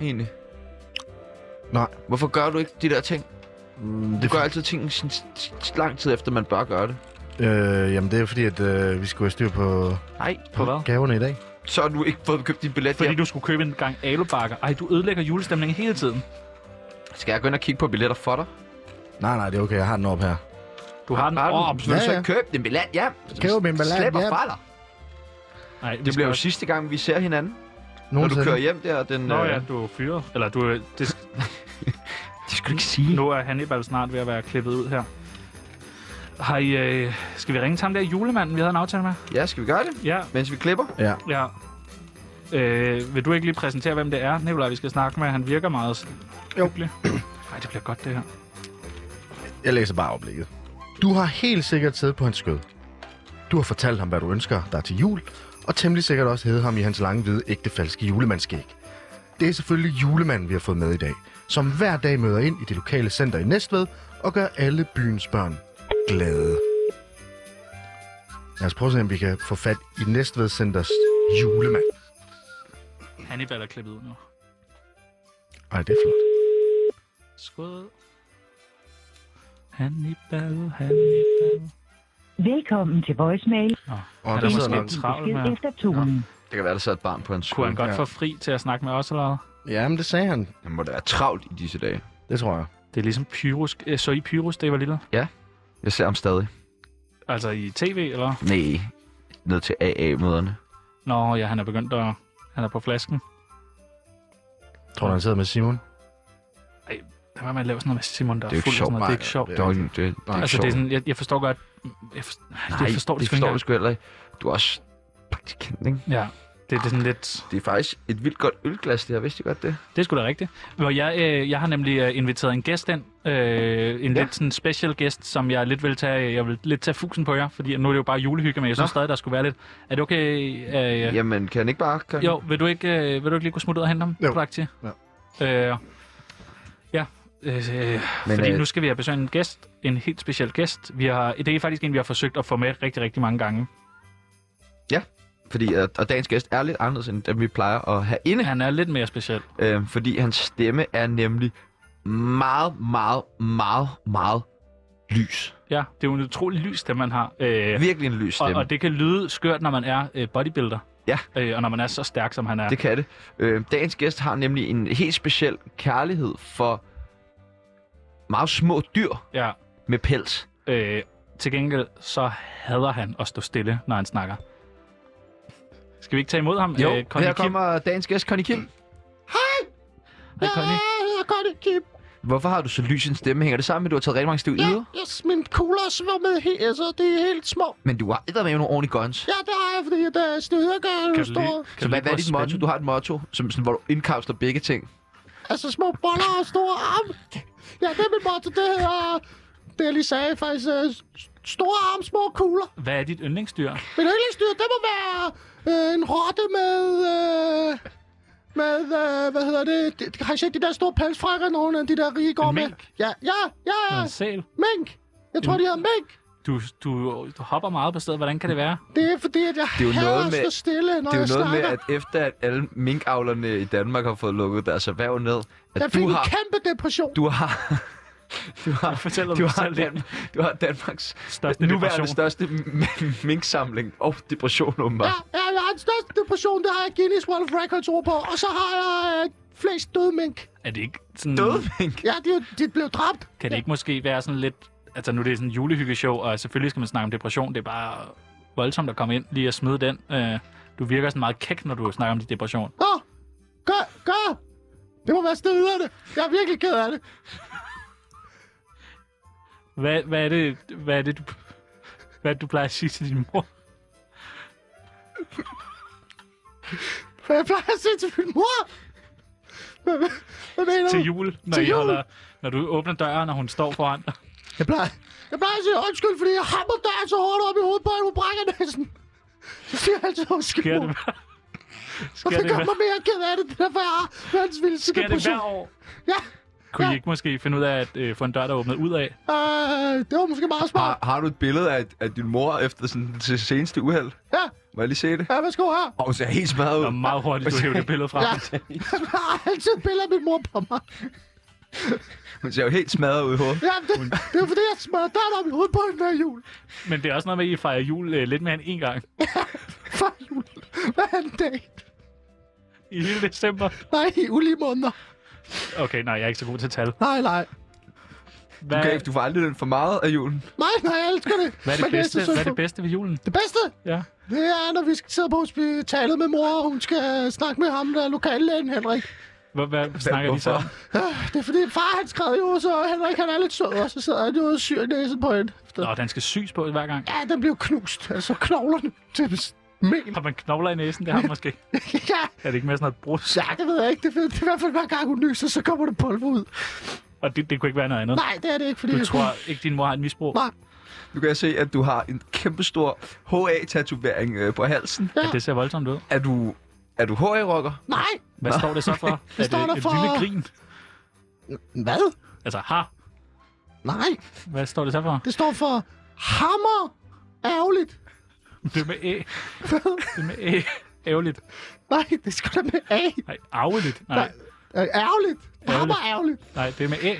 egentlig? Nej. Hvorfor gør du ikke de der ting? Du Mm, det- gør altid ting sådan s- s- lang tid efter, man bør gøre det. Øh, jamen, det er jo fordi, at øh, vi skulle have styr på, Nej. På hvad? gaverne i dag. Så har du ikke fået købt din billet Fordi hjem. du skulle købe en gang alubakker. Ej, du ødelægger julestemningen hele tiden. Skal jeg gå ind og kigge på billetter for dig? Nej, nej, det er okay. Jeg har den op her. Du har den Har op. du, ja, Ja, så ja. køb din billet hjem. Køb min billet Slipper hjem. fra dig. Nej, vi Det skal bliver jo også- sidste gang, vi ser hinanden. Når du Nogensinde. kører hjem der, den... Nå øh, ja, du er fyret. Eller du, er- det, Det skal du ikke sige. nu er Hannibal snart ved at være klippet ud her. Har I, øh, skal vi ringe til ham der julemanden, vi havde en aftale med? Ja, skal vi gøre det? Ja, Mens vi klipper? Ja. ja. Øh, vil du ikke lige præsentere, hvem det er, Nikolaj, vi skal snakke med? Han virker meget Jo. hyggelig. Ej, det bliver godt, det her. Jeg læser bare oplægget. Du har helt sikkert siddet på hans skød. Du har fortalt ham, hvad du ønsker dig til jul, og temmelig sikkert også heddet ham i hans lange, hvide, ægte, falske julemandsskæg. Det er selvfølgelig julemanden, vi har fået med i dag, som hver dag møder ind i det lokale center i Næstved og gør alle byens børn glade. Lad os prøve at se, om vi kan få fat i Næstved Centers julemand. Hannibal er klippet ud nu. Ej, det er flot. Skud. Hannibal, Hannibal. Velkommen til voicemail. Og Han der er sidder måske nok... lidt travlt med. Besked efter tonen. Det kan være, der sad et barn på hans Kunne han skole. godt få fri til at snakke med os, eller hvad? Ja, men det sagde han. Han må da være travlt i disse dage. Det tror jeg. Det er ligesom Pyrus. Øh, Så I Pyrus, det var lille? Jeg ser ham stadig. Altså i tv, eller? Nej, ned til AA-møderne. Nå, ja, han er begyndt at... Han er på flasken. Tror du, han sidder med Simon? Der var man laver sådan noget med Simon, der Det er jo er ikke fuld og sådan sjovt, noget. Det er ikke sjovt. Det er jo ikke- det, det er ikke Altså, sjovt. det er sådan, jeg, jeg forstår godt... Jeg, for, Nej, jeg forstår det, det sgu forstår ikke du sgu heller ikke. Du er også praktikant, ikke? engang. Ja, det, det er sådan lidt... Det er faktisk et vildt godt ølglas, det her. Vidste du godt det? Det er sgu da rigtigt. Hvor jeg, øh, jeg har nemlig øh, inviteret en gæst ind. Øh, en ja. lidt sådan special gæst, som jeg lidt vil tage... Jeg vil lidt tage fusen på jer, fordi nu er det jo bare julehygge, men jeg synes stadig, der skulle være lidt... Er det okay? Øh, Ja. Jamen, kan han ikke bare... Kan... Jo, vil du ikke, øh, vil du ikke lige kunne smutte ud og hente ham? Jo. Praktik? Ja. Øh, ja. Øh, Men, fordi øh, øh... nu skal vi have besøg af en gæst. En helt speciel gæst. Vi har, det er faktisk en, vi har forsøgt at få med rigtig, rigtig mange gange. Fordi, øh, og dagens gæst er lidt anderledes, end dem vi plejer at have inde. Han er lidt mere speciel. Øh, fordi hans stemme er nemlig meget, meget, meget, meget lys. Ja, det er jo en utrolig lys, det man har. Øh, Virkelig en lys og, stemme. og det kan lyde skørt, når man er øh, bodybuilder. Ja. Øh, og når man er så stærk, som han er. Det kan det. Øh, dagens gæst har nemlig en helt speciel kærlighed for meget små dyr Ja. med pels. Øh, til gengæld, så hader han at stå stille, når han snakker. Skal vi ikke tage imod ham? Jo, øh, Conny her Kim. kommer dagens gæst, Conny Kim. Hej, øh, Conny. Øh, Hvorfor har du så lys en stemme? Hænger det sammen med, at du har taget rigtig mange stive yder? Yes, min kuglers var med helt, altså, det er helt små. Men du har æder med nogle ordentlige guns. Ja, det har jeg, fordi der er steder, gør Kan jo du lige, kan store. Så du lige hvad, hvad er prøve dit at motto? spænde? Du har et motto, som, sådan, hvor du indkapsler begge ting. Altså, små boller og store arme. Ja, det er min motto, det hedder... Det jeg lige sagde, faktisk, øh, s- store arme, små kugler. Hvad er dit yndlingsdyr? Min yndlingsdyr, det må være øh, en rotte med... Øh, med, øh, hvad hedder det? De, har I set de der store pelsfrækker, nogle af de der rige går En med? mink? Ja, ja, ja, En Øh, sæl? mink. Jeg tror, de hedder mink. Du, du, du hopper meget på stedet. Hvordan kan det være? Det er fordi, at jeg er jo noget hader at med- stå stille, når det er jeg jo noget snakker. med, at efter at alle minkavlerne i Danmark har fået lukket deres erhverv ned, at Jeg fik du en har, kæmpe depression. du har, du har, Fortæl om du dig har, selv. Dan, du har Danmarks Største nuværende depression. største m- minksamling og depression Ja, åbenbart. ja, jeg har den største depression, det har jeg Guinness World Records ord på. Og så har jeg øh, flest døde mink. Er det ikke sådan... Døde mink. Ja, de, de blev dræbt. Kan det ikke måske være sådan lidt... Altså nu er det sådan en julehyggeshow, og selvfølgelig skal man snakke om depression. Det er bare voldsomt at komme ind lige at smide den. Øh, Du virker sådan meget kæk, når du snakker om din depression. Nå, gør, gør. Det må være stederne. Jeg er virkelig ked af det. Hvad, hvad, er, det, hvad er det, du... Hvad er det, du plejer at sige til din mor? Hvad jeg plejer at sige til min mor? Hvad, hvad, hvad mener Til du? jul, når, Til I jul? Holder, når du åbner døren, og hun står foran dig. Jeg plejer, Jeg plejer at sige undskyld, fordi jeg hammer døren så hårdt op i hovedet på, at hun brækker næsen. Så siger jeg altid undskyld. Sker mor. det, Og sker det det, gør hver- mig mere ked af det. Det er derfor, jeg har verdens vildeste sker det depression. hver år? Ja, Kunne I Ja. ikke måske finde ud af at øh, få en dør, der er åbnet ud af? øh, det var måske meget smart. Har, har du et billede af, af din mor efter sådan til seneste uheld? Ja, Må jeg lige se Ah. det? ja værsgo her. Og hun ser helt smadret Og ud. meget hurtigt, du hæver det billede frem. Ja. Jeg har altid et billede af min mor på mig. Hun ser jo helt smadret ud i hovedet. Ja, det, det er fordi, jeg smadrer døren op i hovedet på hende hver jul. Men det er også noget med, at I fejrer jul øh, lidt mere end én gang Før jul. Hver anden dag. i hele december. Nej, i ulige måneder. Okay, nej, jeg er ikke så god til tal. Nej, nej. Hvad, Okay, du får aldrig den for meget af julen. Nej, nej, jeg elsker det. hvad, er det Men bedste, så hvad er det sjovt. bedste ved julen? det bedste? Ja. Det er, når vi skal sidde på hospitalet med mor, og hun skal snakke med ham, der er lokallægen, Henrik. Hvad, hvad snakker de så om? Øh, Det er fordi, far han skrev jo, så Henrik han er lidt sød, og så sidder han jo og syr i næsen på hende. Nå, den skal syes på hver gang. Ja, den blev knust. Altså knoglerne. Det, Mel. Har man knogler i næsen? Det har man måske. ja, Er det ikke mere sådan noget brus? ja, det ved jeg ikke. Det, det er i hvert fald hver gang, hun nyser, så kommer det polvo ud. Og det, det kunne ikke være noget andet. Nej, det er det ikke, fordi... Du jeg- tror ikke, din mor har et misbrug? Nej. Nu kan jeg se, at du har en kæmpestor HA-tatovering øh, på halsen. Ja, det ser voldsomt ud. Er du, er du HA-rocker? Nej, Hvad står det så for? Det står er det der et for- lille grin? hvad? Altså, ha. Nej, Hvad står det så for? det står for hammer ærgerligt. Det er med æ. Det er med æ. Ærgerligt. Nej, det skal da med A. Nej, arveligt. Nej, Øh, Ærgerligt. Hammer ærgerligt. nej, det er med æ.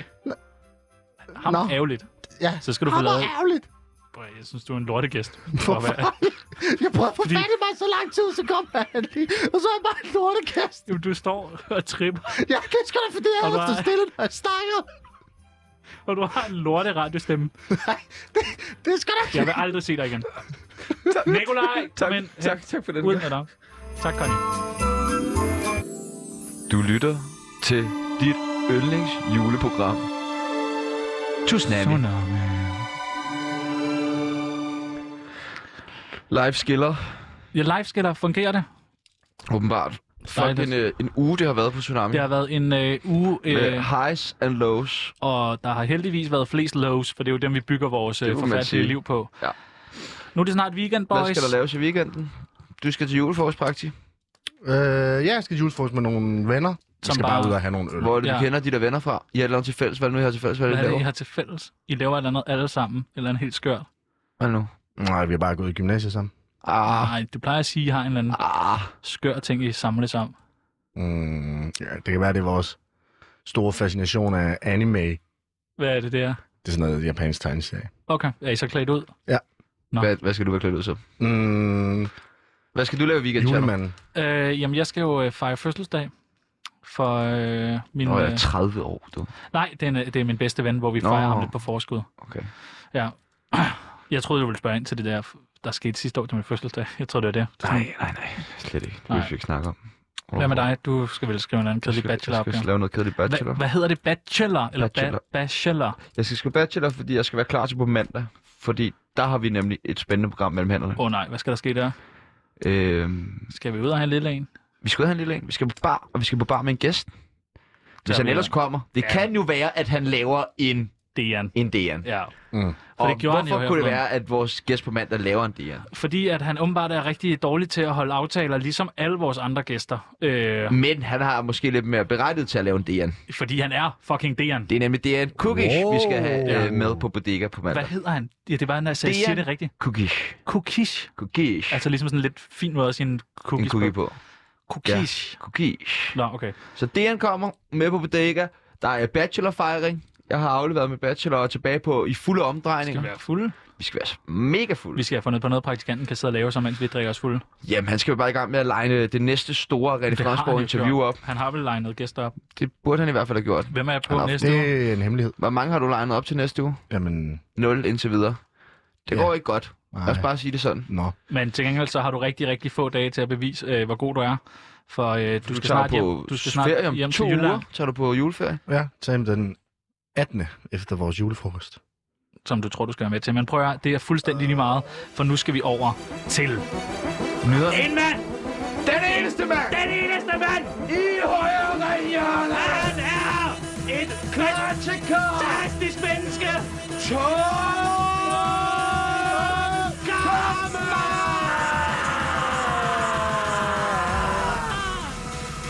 Ham Nå. ærgerligt. Ja, Så skal du få hammer lavet... ærgerligt. Bøj, Jeg synes, du er en lortegæst. Hvorfor? Jeg prøvede at få Fordi- fat i mig så lang tid, så kom han lige. Og så er jeg bare en lortekast. Jamen, Du står og tripper, Ja, det skal da, fordi jeg Og havde bare- stået stille, når jeg snakkede. og du har en lorte radiostemme. Nej, det, det skal da Jeg vil aldrig se dig igen. Nikolaj, Tak, men, tak, tak for den. Ud med dig. Tak, Connie. Du lytter til dit yndlings juleprogram. Tsunami. Tsunami. Live skiller. Ja, live skal der fungere det. Mm. Åbenbart. Fuck, en, øh, en uge, det har været på Tsunami. Det har været en øh, uge, øh, Med highs and lows. og der har heldigvis været flest lows, for det er jo dem, vi bygger vores Det øh, må man forfærdelige sige. liv på. Ja. Nu er det snart weekend, boys. Hvad skal der laves i weekenden? Du skal til juleforårspraktik. Øh, ja, jeg skal julefrokost med nogle venner. Som Jeg skal bare bare- ud og have nogle øl. Hvor er det, Ja. du kender de der venner fra? I har et eller andet til fælles. Hvad er det nu, I har til fælles? Hvad er Hvad er det, I det, I laver? har til fælles? I laver et eller andet alle sammen, et eller andet helt skørt. Hvad er det nu? Nej, vi har bare gået i gymnasiet sammen. Ah, Nej, du plejer at sige, at I har en eller anden ah. skør ting, I samles om. Mm, ja, det kan være, det er vores store fascination af anime. Det Hvad er det der? er sådan noget japansk tegneserie. Okay, er I så klædt ud? Nå. Hvad, hvad skal du være klædt ud som? Mm, Hvad skal du lave i weekenden, Tjerno? julemanden. Øh, jamen, jeg skal jo øh, fejre fødselsdag for øh, min... Nå, jeg er øh, 30 år, du. nej, det er, en- øh, det er min bedste ven, hvor vi Nå. fejrer ham lidt på forskud. Okay. Ja. Jeg troede, du ville spørge ind til det der, der skete sidste år til min fødselsdag. Jeg troede, det var det. Nej, nej, nej. Slet ikke. Det vil Nej. vi ikke snakke om. Hvad med dig? Du skal vel skrive en eller anden Jeg kedelig skal- bachelor Jeg skal lave noget kedeligt bachelor. Hvad, hvad hedder det? Bachelor? Eller bachelor. Bachelor. Ba- bachelor? Jeg skal skrive bachelor, fordi jeg skal være klar til på mandag. Fordi der har vi nemlig et spændende program mellem hænderne. Åh oh, nej, hvad skal der ske der? Øhm, Skal vi ud og have en lille en? vi skal ud og have en lille en. Vi skal på bar, og vi skal på bar med en gæst. Der Hvis han vil ellers jeg. kommer. Det ja. kan jo være, at han laver en, Det er en. en DN. Ja. Mm. For Og det gjorde han jo hvorfor her kunne det forleden. være, at vores gæst på mandag laver en DN? Fordi at han åbenbart er rigtig dårlig til at holde aftaler, ligesom alle vores andre gæster. Øh, Men han har måske lidt mere berettiget til at lave en DN. fordi han er fucking Dejan. Det er nemlig DN Cookish, wow. vi skal have Ja. øh, med på bodega på Hvad mandag. hedder han? Ja, det var, han altså, jeg Dejan. siger det rigtigt. Cookish. Kukish. Cookish. Altså ligesom sådan en lidt fin måde at sige en cookies en cookie på. Kukish. Cookish. Nå, okay. Så DN kommer med på bodega. Der er bachelorfejring. Jeg har afleveret med bachelor og er tilbage på i fulde omdrejninger. Skal vi være fulde? Vi skal være mega Vi fulde. skal have fundet på noget, praktikanten kan sidde og lave, så mens vi drikker os fulde. Jamen, han skal jo bare i gang med at legne det næste store René Det har han Fransborg jo interview gjort. op. Han har vel legnet gæster op. Det burde han i hvert fald have gjort. Hvem er jeg på Han har- næste uge? Det er en hemmelighed. Hvor mange har du legnet op til næste uge? Jamen, Nul indtil videre. Det Ja. går ikke godt. Lad os nej. bare sige det sådan. Nå. Men til gengæld så har du rigtig, rigtig få dage til at bevise, øh, hvor god du er. For øh, du, skal tager snart hjem, på du skal snart ferie om hjem to til Jylland, uger. Tager du på juleferie? Ja, tag den 18. efter vores julefrokost. som du tror, du skal være med til. Men prøv at høre, det er fuldstændig lige meget, for nu skal vi over til... Nyder. En mand! Den eneste mand! Den eneste mand! I højre hjørne! Han er et fantastisk menneske!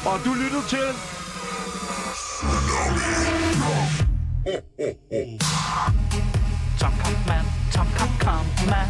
Og du lytter til... Tom Kampmann, Tom Kampmann.